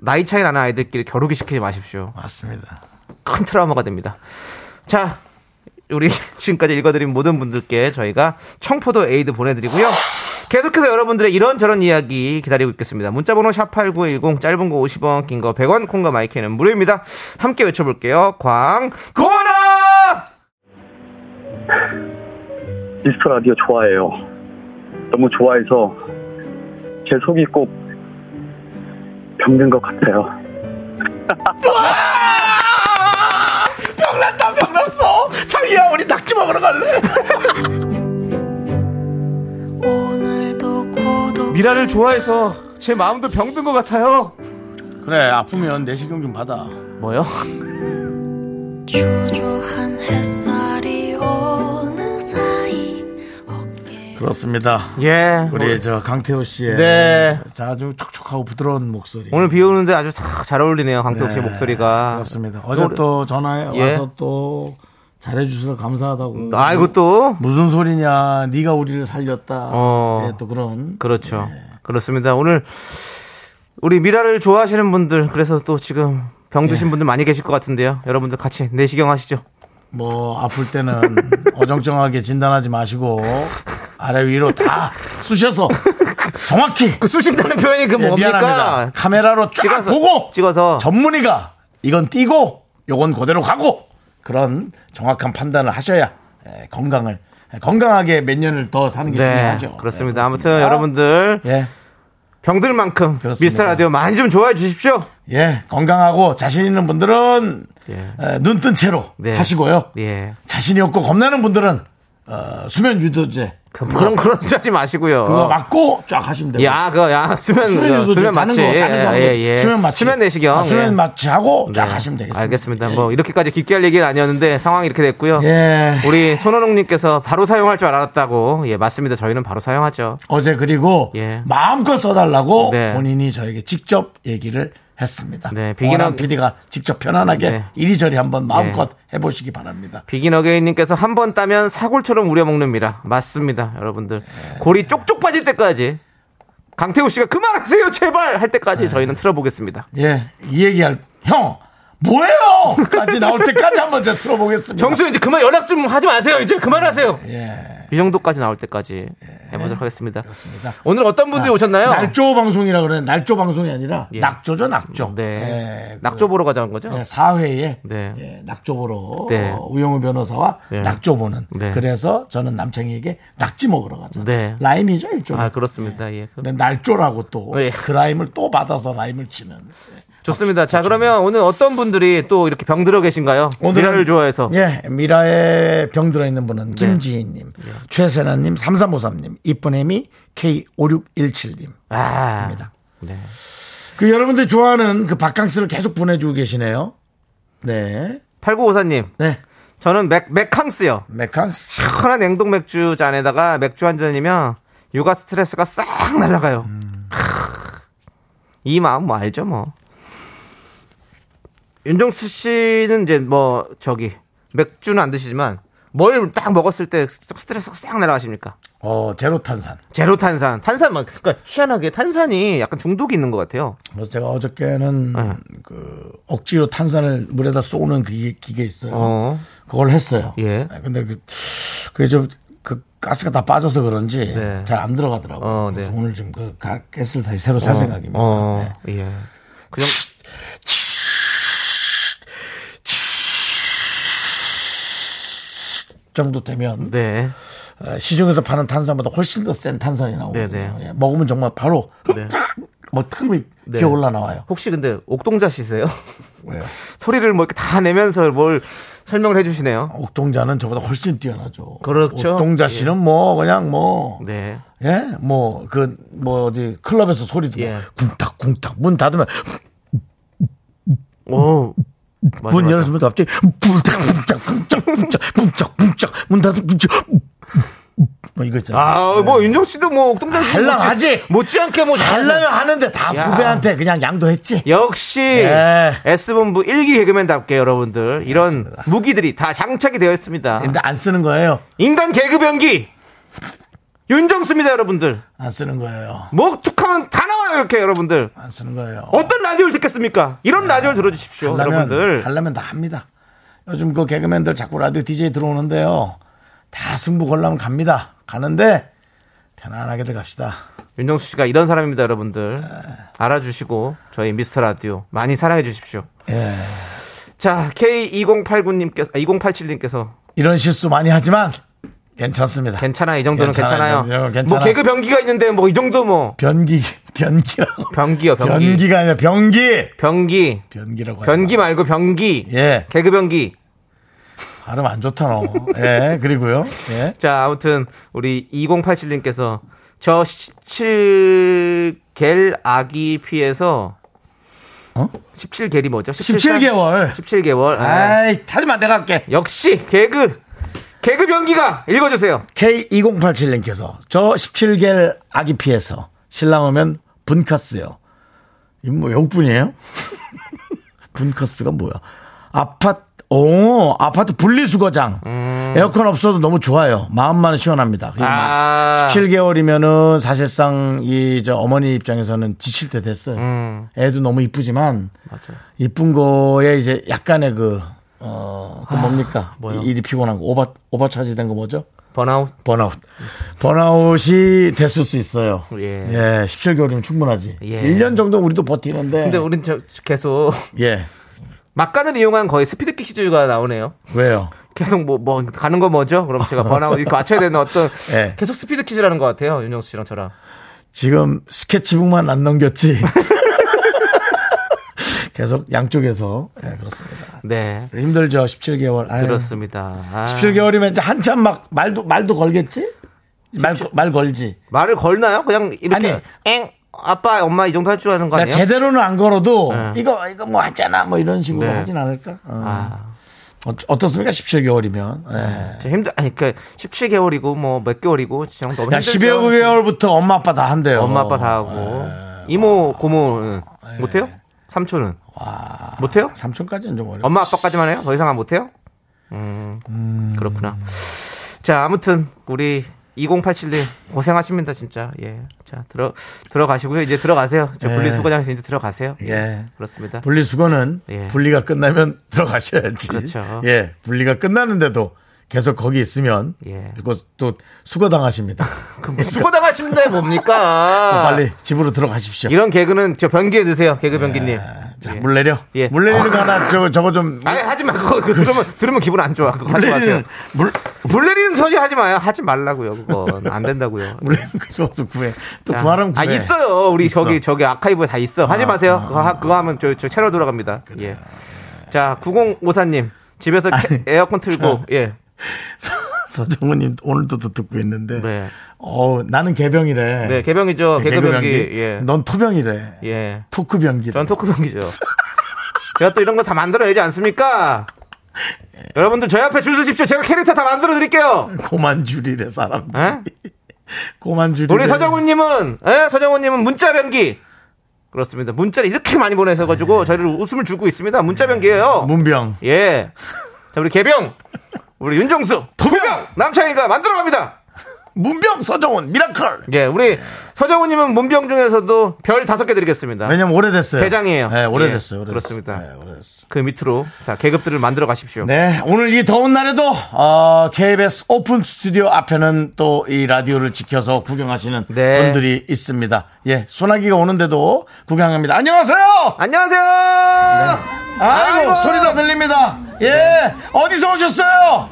[SPEAKER 3] 나이 차이 나는 아이들끼리 겨루기 시키지 마십시오.
[SPEAKER 2] 맞습니다.
[SPEAKER 3] 큰 트라우마가 됩니다. 자, 우리 지금까지 읽어드린 모든 분들께 저희가 청포도 에이드 보내드리고요. 계속해서 여러분들의 이런저런 이야기 기다리고 있겠습니다. 문자번호 샵8910, 짧은 거 50원, 긴 거 100원, 콩과 마이크는 무료입니다. 함께 외쳐볼게요. 광고나!
[SPEAKER 4] 미스터 라디오 좋아해요. 너무 좋아해서 제 속이 꼭 병든 것 같아요.
[SPEAKER 2] 병났다 병났어. 자기야 우리 낙지 먹으러 갈래?
[SPEAKER 5] 오늘도 고독
[SPEAKER 3] 미라를 좋아해서 제 마음도 병든 것 같아요.
[SPEAKER 2] 그래 아프면 내시경 좀 받아.
[SPEAKER 3] 뭐요?
[SPEAKER 5] 초조한 햇살이 어느 사이 어깨
[SPEAKER 2] 그렇습니다.
[SPEAKER 3] 예.
[SPEAKER 2] 우리 저 강태호 씨의
[SPEAKER 3] 네.
[SPEAKER 2] 아주 촉촉하고 부드러운 목소리.
[SPEAKER 3] 오늘 비 오는데 아주 싹잘 어울리네요. 강태욱 씨의
[SPEAKER 2] 네,
[SPEAKER 3] 목소리가.
[SPEAKER 2] 그렇습니다. 어제 또 전화해
[SPEAKER 3] 예. 음,
[SPEAKER 2] 와서 또 잘해주셔서 감사하다고.
[SPEAKER 3] 아이고 또.
[SPEAKER 2] 무슨 소리냐? 네가 우리를 살렸다.
[SPEAKER 3] 어.
[SPEAKER 2] 예, 또 그런.
[SPEAKER 3] 그렇죠.
[SPEAKER 2] 네.
[SPEAKER 3] 그렇습니다. 오늘 우리 미라를 좋아하시는 분들 그래서 또 지금 병
[SPEAKER 2] 예.
[SPEAKER 3] 드신 분들 많이 계실 것 같은데요. 여러분들 같이 내시경 하시죠.
[SPEAKER 2] 뭐 아플 때는 어정쩡하게 진단하지 마시고 아래 위로 다 쑤셔서 정확히
[SPEAKER 3] 그 쑤신다는 표현이 그
[SPEAKER 2] 예, 미안합니다.
[SPEAKER 3] 뭡니까?
[SPEAKER 2] 카메라로 쫙
[SPEAKER 3] 찍어서
[SPEAKER 2] 보고
[SPEAKER 3] 찍어서
[SPEAKER 2] 전문의가 이건 띄고 요건 그대로 가고 그런 정확한 판단을 하셔야 예, 건강을 건강하게 몇 년을 더 사는 게
[SPEAKER 3] 네
[SPEAKER 2] 중요하죠.
[SPEAKER 3] 그렇습니다.
[SPEAKER 2] 예,
[SPEAKER 3] 아무튼 여러분들
[SPEAKER 2] 예,
[SPEAKER 3] 병들 만큼
[SPEAKER 2] 그렇습니다.
[SPEAKER 3] 미스터 라디오 많이 좀 좋아해 주십시오.
[SPEAKER 2] 예, 건강하고 자신 있는 분들은
[SPEAKER 3] 예.
[SPEAKER 2] 눈 뜬 채로
[SPEAKER 3] 네.
[SPEAKER 2] 하시고요.
[SPEAKER 3] 예.
[SPEAKER 2] 자신이 없고 겁나는 분들은 어, 수면 유도제
[SPEAKER 3] 그 그런 그런 소리 하지 마시고요.
[SPEAKER 2] 그거 맞고 쫙 하시면 돼요.
[SPEAKER 3] 야, 그거, 야, 수면,
[SPEAKER 2] 수면
[SPEAKER 3] 어. 예, 아, 그거,
[SPEAKER 2] 유도제 자는 거 자면서 하는 거. 수면 마취
[SPEAKER 3] 내시경.
[SPEAKER 2] 아, 수면
[SPEAKER 3] 예.
[SPEAKER 2] 마취 하고 쫙
[SPEAKER 3] 네,
[SPEAKER 2] 하시면 되겠습니다.
[SPEAKER 3] 알겠습니다.
[SPEAKER 2] 예.
[SPEAKER 3] 뭐 이렇게까지 깊게 할 얘기는 아니었는데 상황이 이렇게 됐고요.
[SPEAKER 2] 예.
[SPEAKER 3] 우리 손원웅님께서 바로 사용할 줄 알았다고. 예, 맞습니다. 저희는 바로 사용하죠.
[SPEAKER 2] 어제 그리고
[SPEAKER 3] 예.
[SPEAKER 2] 마음껏 써달라고
[SPEAKER 3] 네.
[SPEAKER 2] 본인이 저에게 직접 얘기를 했습니다.
[SPEAKER 3] 네,
[SPEAKER 2] 비기
[SPEAKER 3] 비기나-
[SPEAKER 2] PD가 직접 편안하게
[SPEAKER 3] 네.
[SPEAKER 2] 이리저리 한번 마음껏 해보시기 바랍니다.
[SPEAKER 3] 비긴 어게인님께서 한 번 따면 사골처럼 우려먹는미라. 맞습니다, 여러분들.
[SPEAKER 2] 예.
[SPEAKER 3] 골이 쪽쪽 빠질 때까지. 강태우 씨가 그만하세요, 제발! 할 때까지 저희는 틀어보겠습니다.
[SPEAKER 2] 예, 이 얘기할 형 뭐예요? 까지 나올 때까지 한번 제가 들어보겠습니다.
[SPEAKER 3] 정수 이제 그만 연락 좀 하지 마세요. 이제 그만하세요.
[SPEAKER 2] 예,
[SPEAKER 3] 이 정도까지 나올 때까지 해보도록 하겠습니다. 아,
[SPEAKER 2] 그렇습니다.
[SPEAKER 3] 예. 오늘 어떤 분들이 오셨나요?
[SPEAKER 2] 그러니까 날조 방송이라 그래. 날조 방송이 아니라
[SPEAKER 3] 예.
[SPEAKER 2] 낙조죠, 낙조.
[SPEAKER 3] 네.
[SPEAKER 2] 예, 그
[SPEAKER 3] 낙조 보러 가자는 거죠?
[SPEAKER 2] 예, 사회에
[SPEAKER 3] 네.
[SPEAKER 2] 예, 낙조 보러
[SPEAKER 3] 네.
[SPEAKER 2] 어, 우영우 변호사와
[SPEAKER 3] 네.
[SPEAKER 2] 낙조 보는.
[SPEAKER 3] 네.
[SPEAKER 2] 그래서 저는 남창희에게 낙지 먹으러 가죠.
[SPEAKER 3] 네.
[SPEAKER 2] 라임이죠, 일종.
[SPEAKER 3] 아, 그렇습니다. 예. 그-
[SPEAKER 2] 근데 날조라고 또
[SPEAKER 3] 예.
[SPEAKER 2] 그 라임을 또 받아서 라임을 치는.
[SPEAKER 3] 네, 좋습니다. 자, 그러면 오늘 어떤 분들이 또 이렇게 병들어 계신가요?
[SPEAKER 2] 오늘은-
[SPEAKER 3] 미라를 좋아해서. 네.
[SPEAKER 2] 예, 미라에 병 들어있는 분은 김지희님,
[SPEAKER 3] 예.
[SPEAKER 2] 최세나님, 3353님, 이쁜혜미, K5617님.
[SPEAKER 3] 아.
[SPEAKER 2] 입니다.
[SPEAKER 3] 네.
[SPEAKER 2] 그 여러분들이 좋아하는 그 바캉스를 계속 보내주고 계시네요. 네.
[SPEAKER 3] 8954님.
[SPEAKER 2] 네.
[SPEAKER 3] 저는 맥, 맥캉스요.
[SPEAKER 2] 맥캉스.
[SPEAKER 3] 시원한 냉동 맥주 잔에다가 맥주 한 잔이면 육아 스트레스가 싹 날아가요.
[SPEAKER 2] 음.
[SPEAKER 3] 크으. 이 마음 뭐 알죠, 뭐. 윤정수 씨는 이제 뭐, 저기, 맥주는 안 드시지만 뭘 딱 먹었을 때 스트레스가 싹 날아가십니까?
[SPEAKER 2] 어, 제로 탄산.
[SPEAKER 3] 제로 탄산, 탄산만 그러니까 희한하게 탄산이 약간 중독이 있는 것 같아요.
[SPEAKER 2] 그래서 제가 어저께는
[SPEAKER 3] 네.
[SPEAKER 2] 그 억지로 탄산을 물에다 쏘는 그게 기계 있어요.
[SPEAKER 3] 어,
[SPEAKER 2] 그걸 했어요.
[SPEAKER 3] 예.
[SPEAKER 2] 아, 근데 그, 그게 좀, 그 가스가 다 빠져서 그런지
[SPEAKER 3] 네.
[SPEAKER 2] 잘 안 들어가더라고요.
[SPEAKER 3] 어, 네.
[SPEAKER 2] 그래서 오늘 지금 그 가- 가스를 다시 새로 살 생각입니다.
[SPEAKER 3] 어,
[SPEAKER 2] 네.
[SPEAKER 3] 예. 그냥
[SPEAKER 2] 정도 되면
[SPEAKER 3] 네,
[SPEAKER 2] 어, 시중에서 파는 탄산보다 훨씬 더 센 탄산이 나오거든요.
[SPEAKER 3] 네, 네.
[SPEAKER 2] 예. 먹으면 정말 바로
[SPEAKER 3] 네.
[SPEAKER 2] 뭐 틈이
[SPEAKER 3] 네.
[SPEAKER 2] 기어 올라나와요. 예.
[SPEAKER 3] 혹시 근데 옥동자 씨세요?
[SPEAKER 2] 왜요?
[SPEAKER 3] 소리를 뭐 이렇게 다 내면서 뭘 설명을 해주시네요.
[SPEAKER 2] 옥동자는 저보다 훨씬 뛰어나죠.
[SPEAKER 3] 그렇죠.
[SPEAKER 2] 옥동자 씨는 뭐 그냥 뭐
[SPEAKER 3] 네,
[SPEAKER 2] 예? 뭐, 그, 뭐, 어디, 클럽에서 소리도
[SPEAKER 3] 예.
[SPEAKER 2] 뭐 쿵탁, 쿵탁, 문 닫으면,
[SPEAKER 3] 오, 맞아,
[SPEAKER 2] 문
[SPEAKER 3] 맞아.
[SPEAKER 2] 열었으면 또 갑자기, 쿵탁, 쿵탁, 쿵탁, 쿵탁, 쿵탁, 쿵탁, 문 닫으면, 쿵탁, 뭐 이거 있잖아요.
[SPEAKER 3] 아, 뭐 윤정 씨도 뭐 옥동자지
[SPEAKER 2] 할랑하지.
[SPEAKER 3] 못지않게 뭐
[SPEAKER 2] 하려면 하는데 다
[SPEAKER 3] 야.
[SPEAKER 2] 후배한테 그냥 양도했지.
[SPEAKER 3] 역시
[SPEAKER 2] 예.
[SPEAKER 3] S본부 일기 개그맨답게 여러분들 이런 무기들이 다 장착이 되어 있습니다.
[SPEAKER 2] 근데 안 쓰는 거예요.
[SPEAKER 3] 인간 개그 변기 윤정수입니다, 여러분들.
[SPEAKER 2] 안 쓰는 거예요.
[SPEAKER 3] 뭐 툭하면 다 나와요, 이렇게 여러분들.
[SPEAKER 2] 안 쓰는 거예요.
[SPEAKER 3] 어떤 라디오를 듣겠습니까? 이런 라디오를 들어주십시오, 여러분들.
[SPEAKER 2] 네. 하려면 다 합니다. 요즘 그 개그맨들 자꾸 라디오 DJ 들어오는데요. 다 승부 걸려면 갑니다. 가는데 편안하게들 갑시다.
[SPEAKER 3] 윤정수 씨가 이런 사람입니다, 여러분들. 알아주시고 저희 미스터 라디오 많이 사랑해 주십시오.
[SPEAKER 2] 예.
[SPEAKER 3] 자, K2089님께서 아, 2087님께서
[SPEAKER 2] 이런 실수 많이 하지만 괜찮습니다.
[SPEAKER 3] 괜찮아 이 정도는
[SPEAKER 2] 괜찮아요,
[SPEAKER 3] 괜찮아요.
[SPEAKER 2] 이 정도는 괜찮아.
[SPEAKER 3] 뭐 개그 변기가 있는데 뭐 이 정도 뭐
[SPEAKER 2] 변기 변기라고.
[SPEAKER 3] 변기요, 변기. 변기.
[SPEAKER 2] 변기가 아니라 변기.
[SPEAKER 3] 변기.
[SPEAKER 2] 변기라고. 하지
[SPEAKER 3] 변기 말고 변기.
[SPEAKER 2] 마. 예.
[SPEAKER 3] 개그 변기.
[SPEAKER 2] 발음 안 좋다 너. 예. 그리고요. 예.
[SPEAKER 3] 자, 아무튼 우리 2087님께서 저17 겔 아기 피해서
[SPEAKER 2] 어?
[SPEAKER 3] 17겔이 뭐죠? 17살?
[SPEAKER 2] 17개월.
[SPEAKER 3] 17개월. 아,
[SPEAKER 2] 아이, 하지마 내가 할게.
[SPEAKER 3] 역시 개그 개그 변기가 읽어 주세요.
[SPEAKER 2] K2087님께서 저 17개월 아기 피해서 신랑 오면 분카스요. 이뭐 욕분이에요? 분카스가 뭐야? 아파트 오 아파트 분리수거장 에어컨 없어도 너무 좋아요. 마음만은 시원합니다. 그게
[SPEAKER 3] 음. 아.
[SPEAKER 2] 마- 17개월이면은 사실상 이 저 어머니 입장에서는 지칠 때 됐어요. 애도 너무 이쁘지만 이쁜 거에 이제 약간의 그 어, 그 뭡니까?
[SPEAKER 3] 뭐요?
[SPEAKER 2] 이- 일이 피곤한 거. 오버, 오버 차지된 거 뭐죠?
[SPEAKER 3] 번아웃.
[SPEAKER 2] 번아웃. 번아웃이 됐을 수 있어요.
[SPEAKER 3] 예.
[SPEAKER 2] 17개월이면 충분하지.
[SPEAKER 3] 예.
[SPEAKER 2] 1년 정도 우리도 버티는데.
[SPEAKER 3] 근데 우린 저 계속
[SPEAKER 2] 예.
[SPEAKER 3] 막간을 이용한 거의 스피드 퀴즈가 나오네요.
[SPEAKER 2] 왜요?
[SPEAKER 3] 계속 뭐, 뭐, 가는 거 뭐죠? 그럼 제가 번아웃 이렇게 맞춰야 되는 어떤
[SPEAKER 2] 예.
[SPEAKER 3] 계속 스피드 퀴즈라는 것 같아요. 윤정수 씨랑 저랑.
[SPEAKER 2] 지금 스케치북만 안 넘겼지. 계속 양쪽에서. 예, 그렇습니다.
[SPEAKER 3] 네.
[SPEAKER 2] 힘들죠, 17개월. 아유.
[SPEAKER 3] 그렇습니다. 아,
[SPEAKER 2] 17개월이면 이제 한참 막 말도, 말도 걸겠지? 말, 말 걸지.
[SPEAKER 3] 말을 걸나요? 그냥 이렇게
[SPEAKER 2] 아니.
[SPEAKER 3] 엥 아빠 엄마 이 정도 할 줄 아는 거
[SPEAKER 2] 그러니까
[SPEAKER 3] 아니에요?
[SPEAKER 2] 제대로는 안 걸어도
[SPEAKER 3] 네.
[SPEAKER 2] 이거, 이거 뭐 하잖아. 뭐 이런 식으로
[SPEAKER 3] 네.
[SPEAKER 2] 하진 않을까? 어.
[SPEAKER 3] 아,
[SPEAKER 2] 어, 떻습니까 17개월이면. 예.
[SPEAKER 3] 저 힘들 아니 그 17개월이고 뭐 몇 개월이고 지금 너무
[SPEAKER 2] 야,
[SPEAKER 3] 힘들죠.
[SPEAKER 2] 12개월부터 엄마 아빠 다 한대요.
[SPEAKER 3] 엄마 아빠 다 하고 이모 고모는 못해요? 삼촌은 못해요?
[SPEAKER 2] 삼촌까지는 좀 어려워.
[SPEAKER 3] 엄마 아빠까지만 해요? 더 이상 안 못해요? 음, 그렇구나. 자 아무튼 우리 2087님 고생하십니다 진짜. 예. 자 들어 들어가시고요. 이제 들어가세요. 저
[SPEAKER 2] 예.
[SPEAKER 3] 분리수거장에서 이제 들어가세요.
[SPEAKER 2] 예.
[SPEAKER 3] 그렇습니다.
[SPEAKER 2] 분리수거는
[SPEAKER 3] 예.
[SPEAKER 2] 분리가 끝나면 들어가셔야지.
[SPEAKER 3] 그렇죠.
[SPEAKER 2] 예. 분리가 끝나는데도 계속 거기 있으면
[SPEAKER 3] 예.
[SPEAKER 2] 그것도 수거당하십니다.
[SPEAKER 3] 그럼 수거당하십니다 뭡니까?
[SPEAKER 2] 빨리 집으로 들어가십시오.
[SPEAKER 3] 어, 이런 개그는 저 변기에 넣으세요 개그 변기님.
[SPEAKER 2] 아, 자,
[SPEAKER 3] 예.
[SPEAKER 2] 물 내려.
[SPEAKER 3] 예.
[SPEAKER 2] 물 내리는 거 하나 저거 저거 좀
[SPEAKER 3] 아니 하지 마 그거 그거 들으면 들으면 기분 안 좋아 그거 하지 마세요.
[SPEAKER 2] 물내리는 물
[SPEAKER 3] 물 내리는 소리 하지 마요. 하지 말라고요. 그건 안 된다고요.
[SPEAKER 2] 물내리는 거 좋아서 구해. 또
[SPEAKER 3] 자,
[SPEAKER 2] 구하라면 구해.
[SPEAKER 3] 아 있어요. 우리
[SPEAKER 2] 있어.
[SPEAKER 3] 저기 저기 아카이브에 아. 다 있어. 하지 마세요. 그거, 하, 그거 하면 저, 저 채널 돌아갑니다. 예. 자 9054님 집에서 캐- 에어컨 틀고 예.
[SPEAKER 2] 서정우님 오늘도 또 듣고 있는데.
[SPEAKER 3] 네.
[SPEAKER 2] 어 나는 개병이래.
[SPEAKER 3] 네 개병이죠. 개그병기 예.
[SPEAKER 2] 넌 토병이래.
[SPEAKER 3] 예.
[SPEAKER 2] 토크병기래.
[SPEAKER 3] 전 토크병기죠. 제가 또 이런 거 다 만들어내지 않습니까? 여러분들 저희 앞에 줄 서십시오. 제가 캐릭터 다 만들어 드릴게요.
[SPEAKER 2] 고만 줄이래 사람들.
[SPEAKER 3] 예?
[SPEAKER 2] 고만 줄이래.
[SPEAKER 3] 우리 서정훈님은 예? 서정훈님은 문자 변기 그렇습니다. 문자를 이렇게 많이 보내서
[SPEAKER 2] 네.
[SPEAKER 3] 가지고 저희를 웃음을 주고 있습니다. 문자 변기예요.
[SPEAKER 2] 문병.
[SPEAKER 3] 예. 자 우리 개병, 우리 윤정수, 도병 남창희가 만들어갑니다.
[SPEAKER 2] 문병 서정훈 미라클.
[SPEAKER 3] 예, 우리 서정훈님은 문병 중에서도 별 다섯 개 드리겠습니다.
[SPEAKER 2] 왜냐면 오래됐어요.
[SPEAKER 3] 대장이에요.
[SPEAKER 2] 네, 오래됐어요.
[SPEAKER 3] 예,
[SPEAKER 2] 오래됐어요.
[SPEAKER 3] 그렇습니다.
[SPEAKER 2] 네, 오래됐어요.
[SPEAKER 3] 그 밑으로 자 계급들을 만들어 가십시오.
[SPEAKER 2] 네, 오늘 이 더운 날에도 어, KBS 오픈 스튜디오 앞에는 또 이 라디오를 지켜서 구경하시는
[SPEAKER 3] 네.
[SPEAKER 2] 분들이 있습니다. 예, 소나기가 오는데도 구경합니다. 안녕하세요.
[SPEAKER 3] 안녕하세요.
[SPEAKER 2] 네. 아이고,
[SPEAKER 3] 아이고.
[SPEAKER 2] 소리 다 들립니다. 예, 어디서 오셨어요?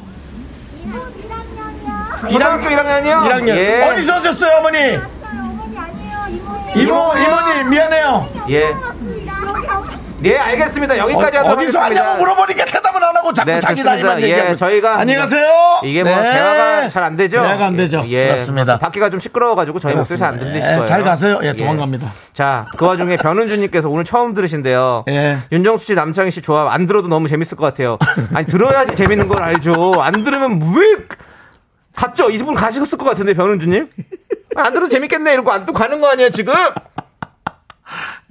[SPEAKER 3] 초등학교 1학년이요.
[SPEAKER 2] 1학년.
[SPEAKER 3] 예.
[SPEAKER 2] 어디서 오셨어요, 어머니? 이모, 이모님 미안해요.
[SPEAKER 3] 예. 네, 알겠습니다. 여기까지 하도록
[SPEAKER 2] 어, 디서
[SPEAKER 3] 하겠습니다.
[SPEAKER 2] 하냐고 물어보니까 대답은 안 하고 자꾸
[SPEAKER 3] 네,
[SPEAKER 2] 아, 자기
[SPEAKER 3] 좋습니다.
[SPEAKER 2] 나이만
[SPEAKER 3] 예,
[SPEAKER 2] 얘기하고
[SPEAKER 3] 저희가
[SPEAKER 2] 안녕하세요.
[SPEAKER 3] 이게 뭐
[SPEAKER 2] 네.
[SPEAKER 3] 대화가 잘 안 되죠.
[SPEAKER 2] 대화가 안 되죠.
[SPEAKER 3] 예,
[SPEAKER 2] 그렇습니다.
[SPEAKER 3] 밖에가 좀 시끄러워가지고 저희 목소리 잘 안 들리실
[SPEAKER 2] 예,
[SPEAKER 3] 거예요.
[SPEAKER 2] 잘 가세요. 예, 도망갑니다.
[SPEAKER 3] 자, 그 와중에 변은주님께서 오늘 처음 들으신데요.
[SPEAKER 2] 예.
[SPEAKER 3] 윤정수 씨, 남창희 씨 조합 안 들어도 너무 재밌을 것 같아요. 아니 들어야지 재밌는 걸 알죠. 안 들으면 왜 갔죠? 이분 가셨을 것 같은데, 변은주님? 아, 안 들어도 재밌겠네. 이러고 안 또 가는 거 아니에요, 지금?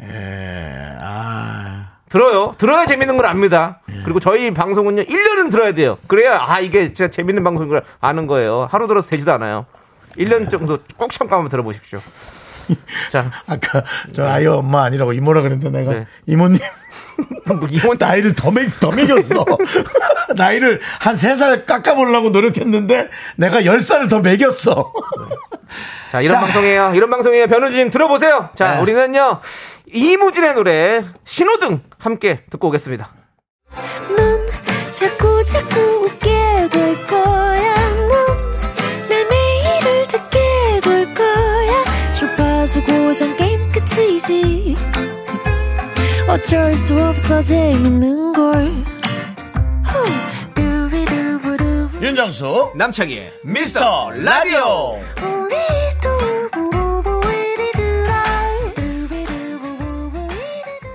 [SPEAKER 2] 예, 아.
[SPEAKER 3] 들어요. 들어야 재밌는 걸 압니다. 그리고 저희 방송은요, 1년은 들어야 돼요. 그래야, 아, 이게 진짜 재밌는 방송인 걸 아는 거예요. 하루 들어서 되지도 않아요. 1년 정도 꼭 참고 한번 들어보십시오. 자,
[SPEAKER 2] 아까 저 아이 엄마 아니라고 이모라 그랬는데 내가
[SPEAKER 3] 네.
[SPEAKER 2] 이모님
[SPEAKER 3] 뭐 이혼 다
[SPEAKER 2] 나이를 더, 먹, 더 먹였어. 나이를 한 세 살 깎아보려고 노력했는데 내가 열살을더 먹였어.
[SPEAKER 3] 자, 이런
[SPEAKER 2] 자.
[SPEAKER 3] 방송이에요. 이런 방송이에요. 변우진 들어보세요. 자,
[SPEAKER 2] 네.
[SPEAKER 3] 우리는요. 이무진의 노래 신호등 함께 듣고 오겠습니다.
[SPEAKER 5] 넌 자꾸 자꾸 웃게 될 거야. 넌내 매일을 듣게 될 거야. 주파수 고정 게임 끝이지. 어쩔 수 없어 재밌는 걸. 후. 두비두부두.
[SPEAKER 2] 윤정수
[SPEAKER 3] 남창희의
[SPEAKER 2] 미스터 라디오
[SPEAKER 5] 우리 두부부부 우리들아. 두비두부부부 우리들아.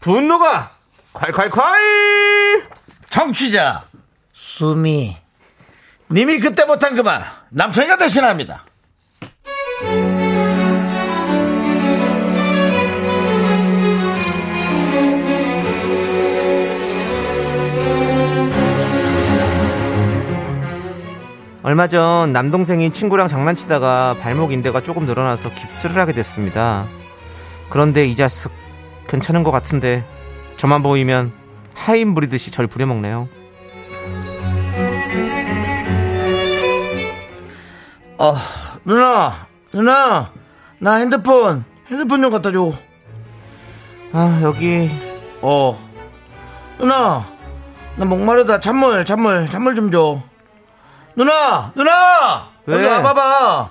[SPEAKER 3] 분노가 콸콸콸!
[SPEAKER 2] 청취자 수미 님이 그때 못한 그 말 남창이가 대신합니다.
[SPEAKER 3] 얼마 전 남동생이 친구랑 장난치다가 발목 인대가 조금 늘어나서 깁스를 하게 됐습니다. 그런데 이 자식 괜찮은 것 같은데 저만 보이면 하인 부리듯이 절 부려먹네요.
[SPEAKER 2] 어, 누나 누나 나 핸드폰 핸드폰 좀 갖다 줘.
[SPEAKER 3] 아 여기
[SPEAKER 2] 어 누나 나 목마르다 찬물 찬물 찬물 좀 줘 누나 누나
[SPEAKER 3] 왜?
[SPEAKER 2] 여기 와봐봐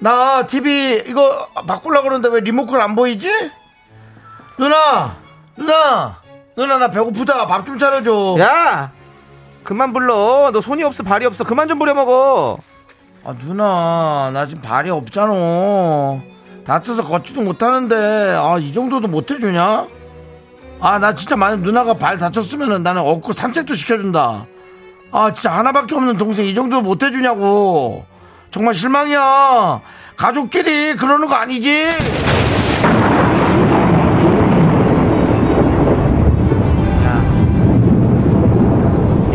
[SPEAKER 2] 나 TV 이거 바꾸려고 그러는데 왜 리모컨 안 보이지 누나 누나 누나 나 배고프다 밥 좀 차려줘
[SPEAKER 3] 야 그만 불러 너 손이 없어 발이 없어 그만 좀 부려먹어
[SPEAKER 2] 아 누나 나 지금 발이 없잖아 다쳐서 걷지도 못하는데 아 이 정도도 못해주냐 아 나 진짜 만약 누나가 발 다쳤으면은 나는 업고 산책도 시켜준다 아 진짜 하나밖에 없는 동생 이 정도 못해주냐고 정말 실망이야 가족끼리 그러는 거 아니지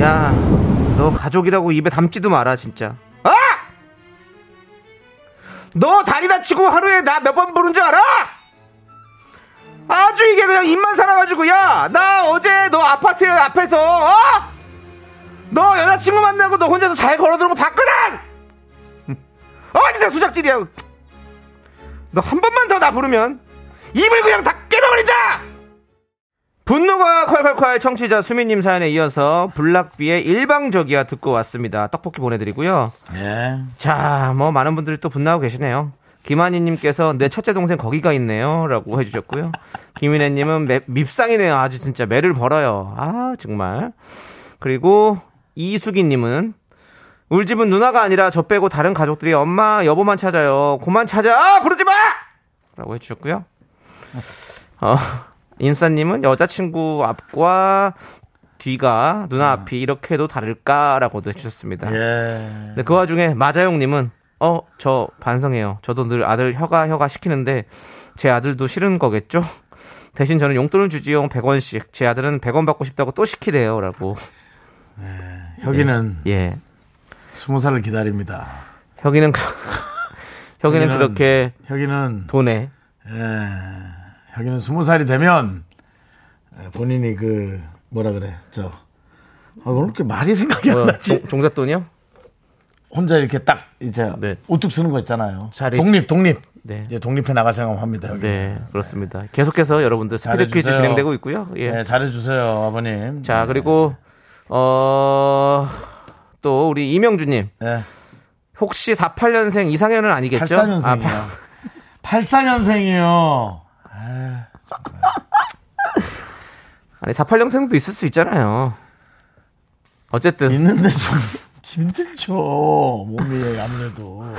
[SPEAKER 3] 야 너 가족이라고 입에 담지도 마라 진짜 아! 너 다리 다치고 하루에 나 몇 번 부른 줄 알아? 아주 이게 그냥 입만 살아가지고 야 나 어제 너 아파트 앞에서 어? 너 여자친구 만나고 너 혼자서 잘 걸어들은 거 봤거든 어디서 수작질이야 너 한 번만 더 나 부르면 입을 그냥 다 깨버린다 분노가 콸콸콸 청취자 수민님 사연에 이어서 블락비의 일방적이야 듣고 왔습니다. 떡볶이 보내드리고요.
[SPEAKER 2] 예
[SPEAKER 3] 자, 뭐 많은 분들이 또 분노하고 계시네요. 김한희님께서 내 첫째 동생 거기가 있네요라고 해주셨고요. 김인혜님은 매- 밉상이네요. 아주 진짜 매를 벌어요. 아 정말. 그리고 이수기님은 울 집은 누나가 아니라 저 빼고 다른 가족들이 엄마 여보만 찾아요. 그만 찾아 부르지 마라고 해주셨고요. 어, 인싸님은 여자친구 앞과 뒤가 누나 앞이 이렇게도 다를까라고도 해주셨습니다.
[SPEAKER 2] 예.
[SPEAKER 3] 근데 그 와중에 마자용님은 어 저 반성해요. 저도 늘 아들 혀가 혀가 시키는데 제 아들도 싫은 거겠죠? 대신 저는 용돈을 주지요 100원씩. 제 아들은 100원 받고 싶다고 또 시키래요라고.
[SPEAKER 2] 혁이는
[SPEAKER 3] 예.
[SPEAKER 2] 스무 살을 기다립니다
[SPEAKER 3] 혁이는 그- 혁이는
[SPEAKER 2] 혁이는-
[SPEAKER 3] 그렇게
[SPEAKER 2] 혁이는
[SPEAKER 3] 돈에
[SPEAKER 2] 예, 여기는 스무 살이 되면 예, 본인이 그 뭐라 그래 저 아, 왜 이렇게 말이 생각이 안
[SPEAKER 3] 뭐,
[SPEAKER 2] 나지?
[SPEAKER 3] 종- 종잣돈이요?
[SPEAKER 2] 혼자 이렇게 딱 이제
[SPEAKER 3] 네.
[SPEAKER 2] 우뚝 서는 거 있잖아요.
[SPEAKER 3] 자리.
[SPEAKER 2] 독립, 독립.
[SPEAKER 3] 네.
[SPEAKER 2] 이제 독립해 나갈 생각합니다. 여기.
[SPEAKER 3] 네, 그렇습니다. 계속해서 여러분들 스피드 퀴즈
[SPEAKER 2] 잘해주세요.
[SPEAKER 3] 진행되고 있고요. 예.
[SPEAKER 2] 네, 잘해주세요, 아버님.
[SPEAKER 3] 자, 그리고 어, 어또 우리 이명주님
[SPEAKER 2] 네,
[SPEAKER 3] 혹시 48년생 이상현은 아니겠죠?
[SPEAKER 2] 84년생이요.
[SPEAKER 3] 아,
[SPEAKER 2] 84년생이요.
[SPEAKER 3] 아니 486생도 있을 수 있잖아요. 어쨌든
[SPEAKER 2] 있는데 좀 힘들죠. 몸이 아무래도.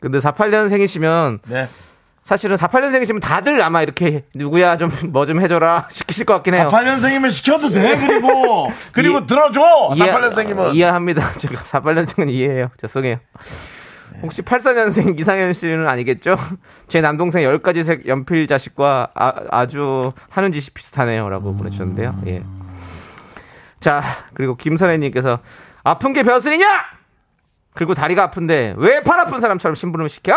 [SPEAKER 3] 근데 48년생이시면
[SPEAKER 2] 네.
[SPEAKER 3] 사실은 48년생이시면 다들 아마 이렇게 누구야 좀 뭐 좀 해줘라 시키실 것 같긴 해요.
[SPEAKER 2] 48년생이면 시켜도 돼 그리고 그리고
[SPEAKER 3] 이-
[SPEAKER 2] 들어줘
[SPEAKER 3] 이해-
[SPEAKER 2] 48년생이면
[SPEAKER 3] 이해합니다. 제가 48년생은 이해해요. 죄송해요.
[SPEAKER 2] 네.
[SPEAKER 3] 혹시 84년생 이상현 씨는 아니겠죠? 제 남동생 10가지 색 연필 자식과 아, 주 하는 짓이 비슷하네요. 라고
[SPEAKER 2] 음.
[SPEAKER 3] 보내주셨는데요. 예. 자, 그리고 김선혜님께서 아픈 게 벼슬이냐? 그리고 다리가 아픈데 왜 팔 아픈 사람처럼 심부름을 시켜?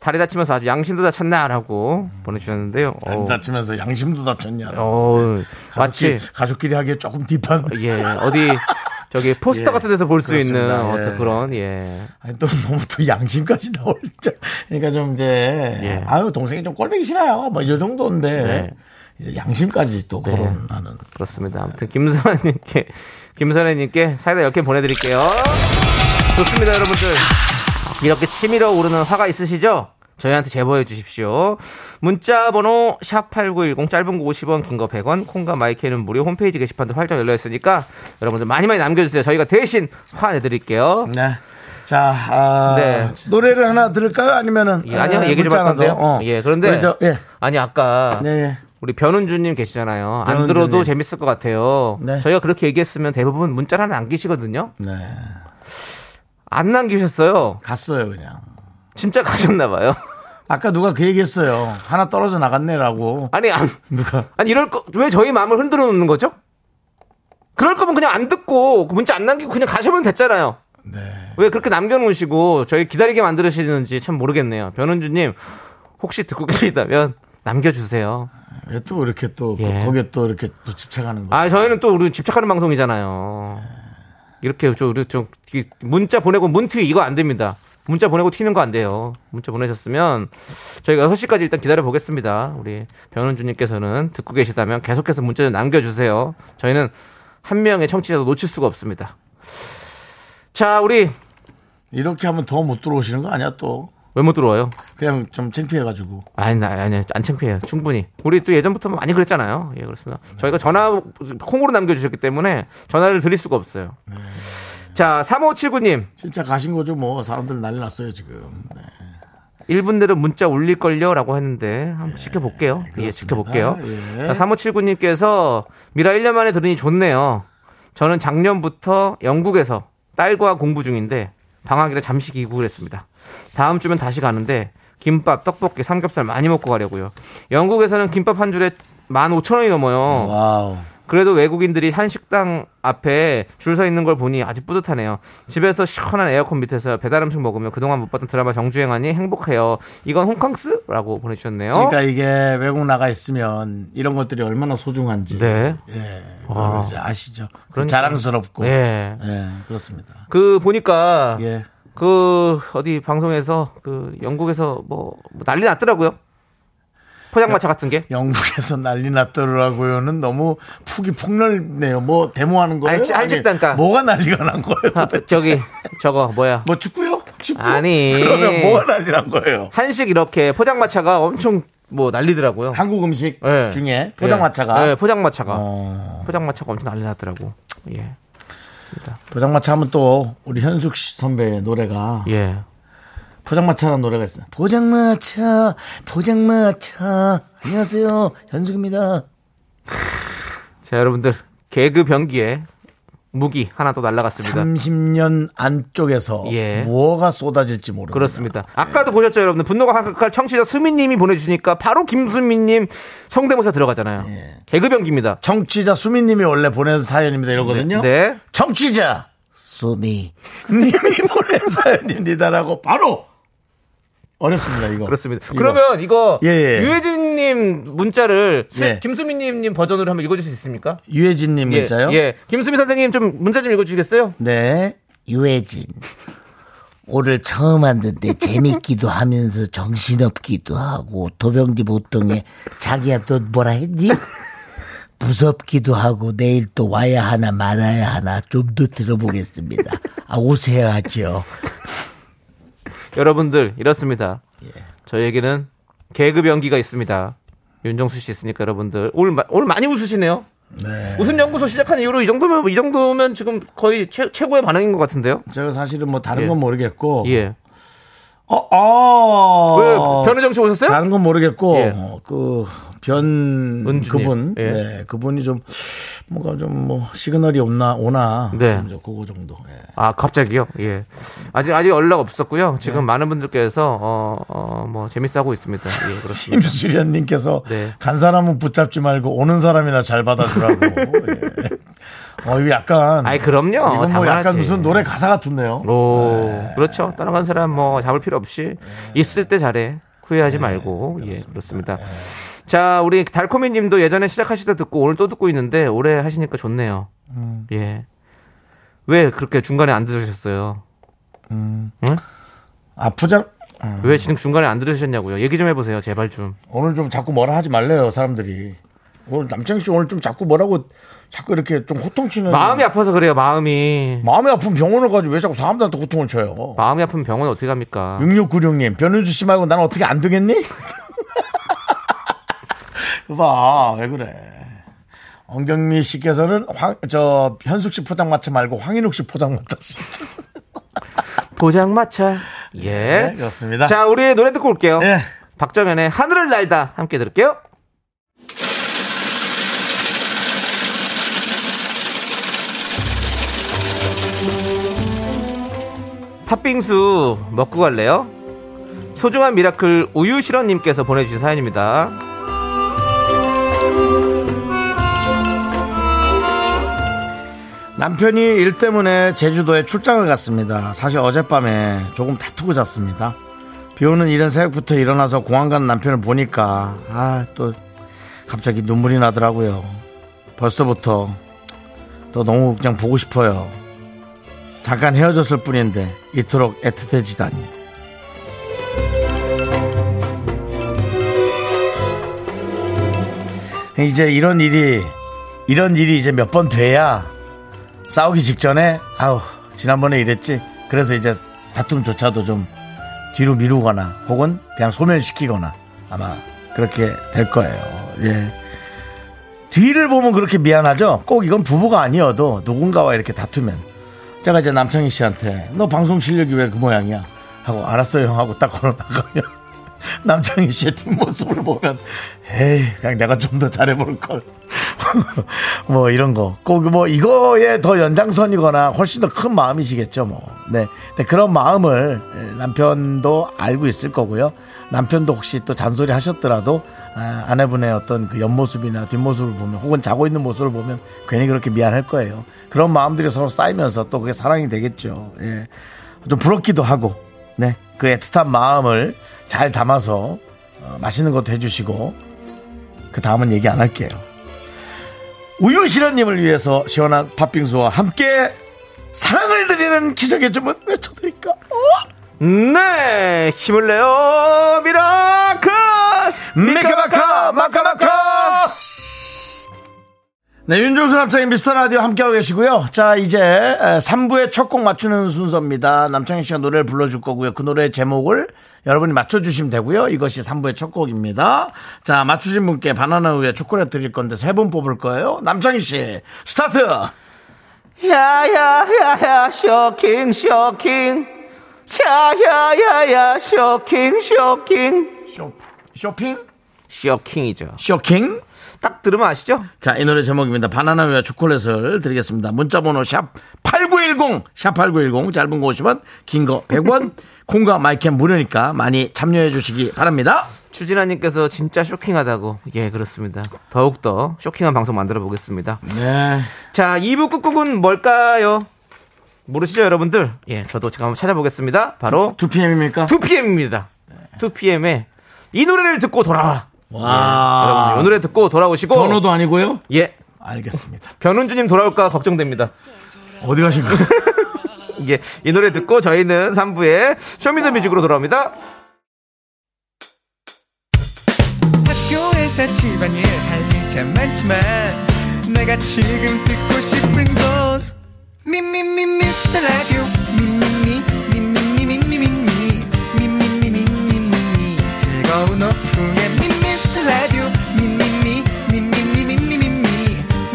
[SPEAKER 3] 다리 다치면서 아주 양심도 다쳤나? 라고 보내주셨는데요.
[SPEAKER 2] 안 다치면서 양심도 다쳤냐
[SPEAKER 3] 어,
[SPEAKER 2] 가족끼리,
[SPEAKER 3] 마치
[SPEAKER 2] 가족끼리 하기에 조금 딥한
[SPEAKER 3] 예, 어디 저기 포스터
[SPEAKER 2] 예,
[SPEAKER 3] 같은 데서 볼 수 있는
[SPEAKER 2] 그렇습니다. 예.
[SPEAKER 3] 어떤 그런 예.
[SPEAKER 2] 아니, 또 너무 또 양심까지 나올 줄. 그러니까 좀 이제
[SPEAKER 3] 예.
[SPEAKER 2] 아유 동생이 좀 꼴보기 싫어요. 뭐 이 정도인데
[SPEAKER 3] 네.
[SPEAKER 2] 이제 양심까지 또
[SPEAKER 3] 네.
[SPEAKER 2] 거론하는.
[SPEAKER 3] 그렇습니다. 아무튼 김선혜님께 김선혜님께 사이다 10개 보내드릴게요. 좋습니다, 여러분들. 이렇게 치밀어 오르는 화가 있으시죠? 저희한테 제보해 주십시오. 문자 번호 샵8910 짧은 거 50원 긴 거 100원 콩과 마이크는 무료 홈페이지 게시판도 활짝 열려 있으니까 여러분들 많이 많이 남겨주세요. 저희가 대신 화내 드릴게요.
[SPEAKER 2] 네. 자, 아,
[SPEAKER 3] 네.
[SPEAKER 2] 노래를 하나 들을까요? 아니면은
[SPEAKER 3] 예, 아니요
[SPEAKER 2] 아,
[SPEAKER 3] 얘기 좀
[SPEAKER 2] 문자
[SPEAKER 3] 할
[SPEAKER 2] 하나
[SPEAKER 3] 건데요.
[SPEAKER 2] 더? 어.
[SPEAKER 3] 예 그런데
[SPEAKER 2] 그러죠. 예.
[SPEAKER 3] 아니 아까
[SPEAKER 2] 네, 예.
[SPEAKER 3] 우리 변은주님 계시잖아요. 안
[SPEAKER 2] 변은주님.
[SPEAKER 3] 들어도 재밌을 것 같아요.
[SPEAKER 2] 네.
[SPEAKER 3] 저희가 그렇게 얘기했으면 대부분 문자를 하나 남기시거든요.
[SPEAKER 2] 네.
[SPEAKER 3] 안 남기셨어요.
[SPEAKER 2] 갔어요, 그냥.
[SPEAKER 3] 진짜 가셨나봐요.
[SPEAKER 2] 아까 누가 그 얘기했어요. 하나 떨어져 나갔네라고.
[SPEAKER 3] 아니 안,
[SPEAKER 2] 누가?
[SPEAKER 3] 아니 이럴 거 왜 저희 마음을 흔들어 놓는 거죠? 그럴 거면 그냥 안 듣고 그 문자 안 남기고 그냥 가시면 됐잖아요.
[SPEAKER 2] 네.
[SPEAKER 3] 왜 그렇게 남겨놓으시고 저희 기다리게 만드시는지 참 모르겠네요. 변은주님 혹시 듣고 계시다면 남겨주세요.
[SPEAKER 2] 왜 또 이렇게 또
[SPEAKER 3] 예.
[SPEAKER 2] 거기에 또 이렇게 또 집착하는 거예요?
[SPEAKER 3] 아 저희는 또 우리 집착하는 방송이잖아요. 이렇게 좀 우리 좀 이- 문자 보내고 문트 이거 안 됩니다. 문자 보내고 튀는 거 안 돼요. 문자 보내셨으면 저희가 6시까지 일단 기다려 보겠습니다. 우리 변은주님께서는 듣고 계시다면 계속해서 문자 좀 남겨주세요. 저희는 한 명의 청취자도 놓칠 수가 없습니다. 자, 우리
[SPEAKER 2] 이렇게 하면 더 못 들어오시는 거 아니야 또?
[SPEAKER 3] 왜 못 들어와요?
[SPEAKER 2] 그냥 좀 창피해가지고.
[SPEAKER 3] 아니, 나, 아니, 안 창피해요. 충분히. 우리 또 예전부터 많이 그랬잖아요. 예, 그렇습니다. 저희가 전화, 콩으로 남겨주셨기 때문에 전화를 드릴 수가 없어요. 자, 3579님.
[SPEAKER 2] 진짜 가신 거죠 뭐 사람들 난리 났어요 지금. 네.
[SPEAKER 3] 1분 내로 문자 올릴걸요? 라고 했는데, 한번 지켜볼게요. 예,
[SPEAKER 2] 그렇습니다.
[SPEAKER 3] 지켜볼게요.
[SPEAKER 2] 예.
[SPEAKER 3] 자, 3579님께서 미라 1년 만에 들으니 좋네요. 저는 작년부터 영국에서 딸과 공부 중인데, 방학이라 잠시 귀국을 했습니다. 다음 주면 다시 가는데, 김밥, 떡볶이, 삼겹살 많이 먹고 가려고요. 영국에서는 김밥 한 줄에 15,000원이 넘어요.
[SPEAKER 2] 와우.
[SPEAKER 3] 그래도 외국인들이 한식당 앞에 줄 서 있는 걸 보니 아주 뿌듯하네요. 집에서 시원한 에어컨 밑에서 배달 음식 먹으며 그동안 못 봤던 드라마 정주행하니 행복해요. 이건 홍캉스라고 보내주셨네요.
[SPEAKER 2] 그러니까 이게 외국 나가 있으면 이런 것들이 얼마나 소중한지.
[SPEAKER 3] 네.
[SPEAKER 2] 예.
[SPEAKER 3] 와.
[SPEAKER 2] 그걸 이제 아시죠.
[SPEAKER 3] 그러니까요.
[SPEAKER 2] 자랑스럽고. 예.
[SPEAKER 3] 예.
[SPEAKER 2] 그렇습니다.
[SPEAKER 3] 그 보니까
[SPEAKER 2] 예.
[SPEAKER 3] 그 어디 방송에서 그 영국에서 뭐, 뭐 난리 났더라고요. 포장마차 같은 게.
[SPEAKER 2] 영국에서 난리 났더라고요는 너무 폭이 폭넓네요. 뭐 데모하는 거예요?
[SPEAKER 3] 알지- 알지
[SPEAKER 2] 아니,
[SPEAKER 3] 땅가.
[SPEAKER 2] 뭐가 난리가 난 거예요?
[SPEAKER 3] 아,
[SPEAKER 2] 도대체?
[SPEAKER 3] 저기 저거 뭐야?
[SPEAKER 2] 뭐 축구요? 축구.
[SPEAKER 3] 아니.
[SPEAKER 2] 그러면 뭐가 난리 난 거예요?
[SPEAKER 3] 한식 이렇게 포장마차가 엄청 뭐 난리더라고요.
[SPEAKER 2] 한국 음식
[SPEAKER 3] 예.
[SPEAKER 2] 중에 포장마차가
[SPEAKER 3] 예, 포장마차가.
[SPEAKER 2] 어,
[SPEAKER 3] 포장마차가 엄청 난리 났더라고. 예.
[SPEAKER 2] 포장마차 하면 또 우리 현숙 씨 선배의 노래가
[SPEAKER 3] 예.
[SPEAKER 2] 포장마차라는 노래가 있어요. 포장마차, 포장마차. 안녕하세요. 현숙입니다.
[SPEAKER 3] 자, 여러분들. 개그 변기에 무기 하나 또 날라갔습니다.
[SPEAKER 2] 30년 안쪽에서
[SPEAKER 3] 예.
[SPEAKER 2] 뭐가 쏟아질지 모르는
[SPEAKER 3] 그렇습니다. 아까도 보셨죠, 여러분들. 분노가 한칼 청취자 수민님이 보내주시니까 바로 김수민님 성대모사 들어가잖아요.
[SPEAKER 2] 예.
[SPEAKER 3] 개그 변기입니다.
[SPEAKER 2] 청취자 수미님이 원래 보낸 사연입니다. 이러거든요.
[SPEAKER 3] 네.
[SPEAKER 2] 청취자 수미 님이 보낸 사연입니다라고 바로 어렵습니다. 이거
[SPEAKER 3] 그렇습니다.
[SPEAKER 2] 이거.
[SPEAKER 3] 그러면 이거
[SPEAKER 2] 예, 예.
[SPEAKER 3] 유혜진님 문자를 수-
[SPEAKER 2] 예.
[SPEAKER 3] 김수민님 버전으로 한번 읽어줄 수 있습니까?
[SPEAKER 2] 유혜진님
[SPEAKER 3] 예,
[SPEAKER 2] 문자요.
[SPEAKER 3] 예. 김수민 선생님 좀 문자 좀 읽어주시겠어요?
[SPEAKER 2] 네. 유해진. 오늘 처음 왔는데 재밌기도 하면서 정신없기도 하고 도병지 보통에 자기야 또 뭐라 했니? 무섭기도 하고 내일 또 와야 하나 말아야 하나 좀 더 들어보겠습니다. 아 오세요 하죠.
[SPEAKER 3] 여러분들 이렇습니다.
[SPEAKER 2] 예.
[SPEAKER 3] 저희에게는 개그 연기가 있습니다. 윤정수 씨 있으니까 여러분들 오늘 마- 오늘 많이 웃으시네요. 웃음 연구소 시작한 이후로 이 정도면 이 정도면 지금 거의 최, 최고의 반응인 것 같은데요.
[SPEAKER 2] 제가 사실은 뭐 다른
[SPEAKER 3] 예.
[SPEAKER 2] 건 모르겠고
[SPEAKER 3] 예.
[SPEAKER 2] 어, 어.
[SPEAKER 3] 그 변우정 씨 오셨어요?
[SPEAKER 2] 다른 건 모르겠고
[SPEAKER 3] 예.
[SPEAKER 2] 어, 그변
[SPEAKER 3] 은주님.
[SPEAKER 2] 그분
[SPEAKER 3] 예.
[SPEAKER 2] 네 그분이 좀 뭔가 좀 뭐 시그널이 없나 오나
[SPEAKER 3] 네.
[SPEAKER 2] 좀 저- 그거 정도 예.
[SPEAKER 3] 아 갑자기요? 예. 아직 아직 연락 없었고요.
[SPEAKER 2] 네.
[SPEAKER 3] 지금 많은 분들께서 어어뭐 재밌어 하고 있습니다. 예 그렇습니다.
[SPEAKER 2] 김수련님께서
[SPEAKER 3] 네.
[SPEAKER 2] 간 사람은 붙잡지 말고 오는 사람이나 잘 받아주라고 예. 어 이거 약간
[SPEAKER 3] 아이 그럼요.
[SPEAKER 2] 이건 뭐
[SPEAKER 3] 당연하지. 어.
[SPEAKER 2] 약간 무슨 노래 가사 같은데요
[SPEAKER 3] 오 그렇죠. 따라간 사람 뭐 잡을 필요 없이 있을 때 잘해 후회하지 말고 예 그렇습니다. 자 우리 달코미님도 예전에 시작하시다 듣고 오늘 또 듣고 있는데 오래 하시니까 좋네요. 예. 왜 그렇게 중간에 안 들으셨어요?
[SPEAKER 2] 아프장
[SPEAKER 3] 왜 지금 중간에 안 들으셨냐고요? 얘기 좀 해보세요, 제발 좀.
[SPEAKER 2] 오늘 좀 자꾸 뭐라 하지 말래요 사람들이 오늘 남창희 씨 오늘 좀 자꾸 뭐라고 자꾸 이렇게 좀 호통치는
[SPEAKER 3] 마음이 아파서 그래요, 마음이.
[SPEAKER 2] 마음이 아픈 병원을 가지고 왜 자꾸 사람들한테 호통을 쳐요
[SPEAKER 3] 마음이 아프면 병원 어떻게 갑니까?
[SPEAKER 2] 6696님, 변우주 씨 말고 난 어떻게 안 되겠니? 봐, 왜 그래. 엉경미 씨께서는 황, 저, 현숙 씨 포장마차 말고 황인욱 씨 포장마차.
[SPEAKER 3] 보장마차. 예.
[SPEAKER 2] 네, 그렇습니다.
[SPEAKER 3] 자, 우리 노래 듣고 올게요.
[SPEAKER 2] 예.
[SPEAKER 3] 박정현의 하늘을 날다 함께 들을게요. 팥빙수 먹고 갈래요? 소중한 미라클 우유실원님께서 보내주신 사연입니다.
[SPEAKER 2] 남편이 일 때문에 제주도에 출장을 갔습니다. 사실 어젯밤에 조금 다투고 잤습니다. 비 오는 이른 새벽부터 일어나서 공항 간 남편을 보니까, 아, 또, 갑자기 눈물이 나더라고요. 벌써부터 또 너무 그냥 보고 싶어요. 잠깐 헤어졌을 뿐인데 이토록 애틋해지다니. 이제 이런 일이 이런 일이 이제 몇 번 돼야 싸우기 직전에 아우 지난번에 이랬지 그래서 이제 다툼조차도 좀 뒤로 미루거나 혹은 그냥 소멸시키거나 아마 그렇게 될 거예요. 예. 뒤를 보면 그렇게 미안하죠. 꼭 이건 부부가 아니어도 누군가와 이렇게 다투면 제가 이제 남창희 씨한테 너 방송 실력이 왜 그 모양이야 하고 알았어요 형 하고 딱 걸어 나가면 남창희 씨의 뒷모습을 보면 에이 그냥 내가 좀 더 잘해볼 걸뭐 이런 거꼭뭐 이거에 더 연장선이거나 훨씬 더 큰 마음이시겠죠 뭐네 그런 마음을 남편도 알고 있을 거고요 남편도 혹시 또 잔소리 하셨더라도 아, 아내분의 어떤 그 옆모습이나 뒷모습을 보면 혹은 자고 있는 모습을 보면 괜히 그렇게 미안할 거예요 그런 마음들이 서로 쌓이면서 또 그게 사랑이 되겠죠 예. 좀 부럽기도 하고 네. 그 애틋한 마음을 잘 담아서 어, 맛있는 것도 해주시고 그 다음은 얘기 안 할게요. 우유 실현님을 위해서 시원한 팥빙수와 함께 사랑을 드리는 기적의 주문 외쳐드릴까? 어?
[SPEAKER 3] 네! 힘을 내요! 미라클!
[SPEAKER 2] 미카마카 마카마카 네, 윤종수 남창의 미스터 라디오 함께하고 계시고요. 자, 이제 3부의 첫 곡 맞추는 순서입니다. 남창희 씨가 노래를 불러줄 거고요. 그 노래의 제목을 여러분이 맞춰주시면 되고요. 이것이 3부의 첫 곡입니다. 자, 맞추신 분께 바나나 우유에 초콜릿 드릴 건데 세 분 뽑을 거예요. 남창희 씨, 스타트!
[SPEAKER 3] 야야야야 쇼킹 쇼킹 야야야야 쇼킹 쇼킹
[SPEAKER 2] 쇼, 쇼핑?
[SPEAKER 3] 쇼킹이죠
[SPEAKER 2] 쇼킹?
[SPEAKER 3] 딱 들으면 아시죠?
[SPEAKER 2] 자, 이 노래 제목입니다. 바나나 우유와 초콜릿을 드리겠습니다. 문자번호 샵 8910, 샵 8910, 짧은 거 50원, 긴 거 100원, 콩과 마이캠 무료니까 많이 참여해 주시기 바랍니다.
[SPEAKER 3] 추진아님께서 진짜 쇼킹하다고 예 그렇습니다 더욱더 쇼킹한 방송 만들어 보겠습니다
[SPEAKER 2] 네.
[SPEAKER 3] 자 2부 꾹꾹은 뭘까요? 모르시죠 여러분들? 예 저도 제가 한번 찾아보겠습니다 바로
[SPEAKER 2] 2PM입니까?
[SPEAKER 3] 2PM입니다 2PM의 이 노래를 듣고 돌아와
[SPEAKER 2] 네, 와.
[SPEAKER 3] 여러분 이 노래 듣고 돌아오시고
[SPEAKER 2] 전호도 아니고요?
[SPEAKER 3] 예
[SPEAKER 2] 알겠습니다.
[SPEAKER 3] 변은주님 돌아올까 걱정됩니다
[SPEAKER 2] 어디 가신 거예요?
[SPEAKER 3] 예, 이 노래 듣고 저희는 3부에 쇼미더뮤직으로 돌아옵니다.
[SPEAKER 6] 학교에서 집안일 할 일 참 많지만 내가 지금 듣고 싶은 건 미미미 미스터 라디오 미미미 미미미 미미미 미미미 미미미 즐거운 오후에 미스터 라디오 미미미 미미미 미미미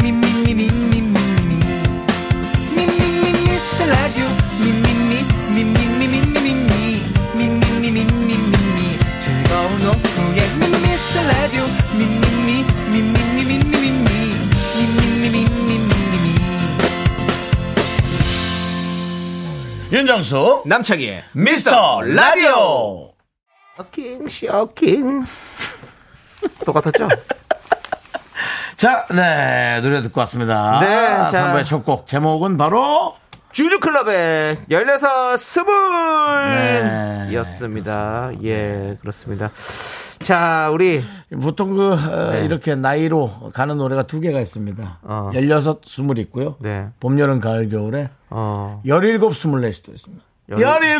[SPEAKER 6] 미미미 미미미 미미미 미스터 라디오 미미미 미미미 미미미 미미미
[SPEAKER 2] 윤정수
[SPEAKER 3] 남창희의
[SPEAKER 2] 미스터 라디오
[SPEAKER 3] 쇼킹 쇼킹 똑같았죠?
[SPEAKER 2] 자, 네, 노래 듣고 왔습니다.
[SPEAKER 3] 네, 자.
[SPEAKER 2] 3부의 첫 곡. 제목은 바로,
[SPEAKER 3] 주주클럽의 16 스물
[SPEAKER 2] 네,
[SPEAKER 3] 이었습니다. 예, 그렇습니다. 자, 우리
[SPEAKER 2] 보통 그, 어, 이렇게 나이로 가는 노래가 두 개가 있습니다.
[SPEAKER 3] 네. 어.
[SPEAKER 2] 16, 20 있고요.
[SPEAKER 3] 네.
[SPEAKER 2] 봄, 여름, 가을, 겨울에
[SPEAKER 3] 어,
[SPEAKER 2] 17, 24시도 있습니다.
[SPEAKER 3] 열일-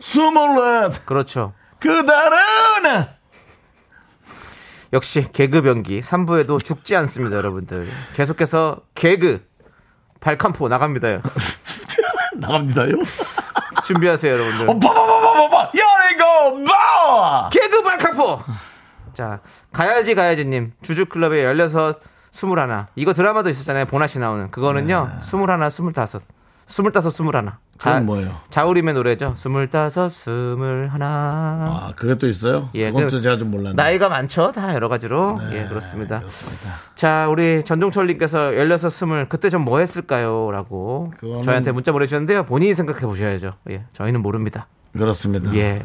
[SPEAKER 2] 17, 24,
[SPEAKER 3] 그렇죠.
[SPEAKER 2] 그다른
[SPEAKER 3] 역시 개그 변기 3부에도 죽지 않습니다, 여러분들. 계속해서 개그 발칸포 나갑니다.
[SPEAKER 2] 나갑니다요.
[SPEAKER 3] 준비하세요, 여러분들.
[SPEAKER 2] 어, 봐봐봐봐봐봐! 17, 봐!
[SPEAKER 3] 개그 발칸포. 자, 가야지 가야지님 주주클럽의 16 21 이거 드라마도 있었잖아요 보나 씨 나오는 그거는요 21 25 25 21 자,
[SPEAKER 2] 네. 그건 뭐예요?
[SPEAKER 3] 자우림의 노래죠 25 21 하나
[SPEAKER 2] 아, 그게 또 있어요?
[SPEAKER 3] 예,
[SPEAKER 2] 그건
[SPEAKER 3] 그-
[SPEAKER 2] 또 제가 좀 몰랐네. 네,
[SPEAKER 3] 나이가 많죠 다 여러 가지로 예 그렇습니다 자 우리 전종철님께서 16 20 그때 전 뭐 했을까요 라고
[SPEAKER 2] 그거는-
[SPEAKER 3] 저희한테 문자 보내주셨는데요 본인이 생각해 보셔야죠 예 저희는 모릅니다
[SPEAKER 2] 그렇습니다.
[SPEAKER 3] 예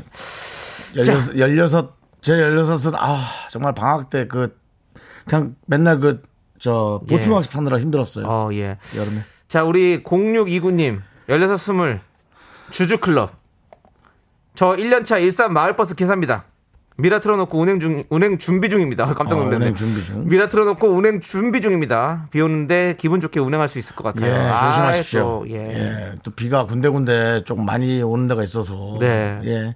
[SPEAKER 2] 16, 16, 제 16은, 아, 정말 방학 때 그, 그냥 맨날 그, 저,
[SPEAKER 3] 예.
[SPEAKER 2] 보충학식 하느라 힘들었어요.
[SPEAKER 3] 어, 예.
[SPEAKER 2] 여름에.
[SPEAKER 3] 자, 우리 0629님, 16, 20, 주주클럽. 저 1년차 일산 마을버스 기사입니다. 미라 틀어놓고 운행 중, 운행 준비 중입니다. 깜짝
[SPEAKER 2] 어,
[SPEAKER 3] 놀랐네.
[SPEAKER 2] 운행 준비 중.
[SPEAKER 3] 미라 틀어놓고 운행 준비 중입니다. 비 오는데 기분 좋게 운행할 수 있을 것
[SPEAKER 2] 예,
[SPEAKER 3] 같아요. 아,
[SPEAKER 2] 조심하십시오.
[SPEAKER 3] 또,
[SPEAKER 2] 예.
[SPEAKER 3] 예.
[SPEAKER 2] 또 비가 군데군데 좀 많이 오는 데가 있어서.
[SPEAKER 3] 네.
[SPEAKER 2] 예.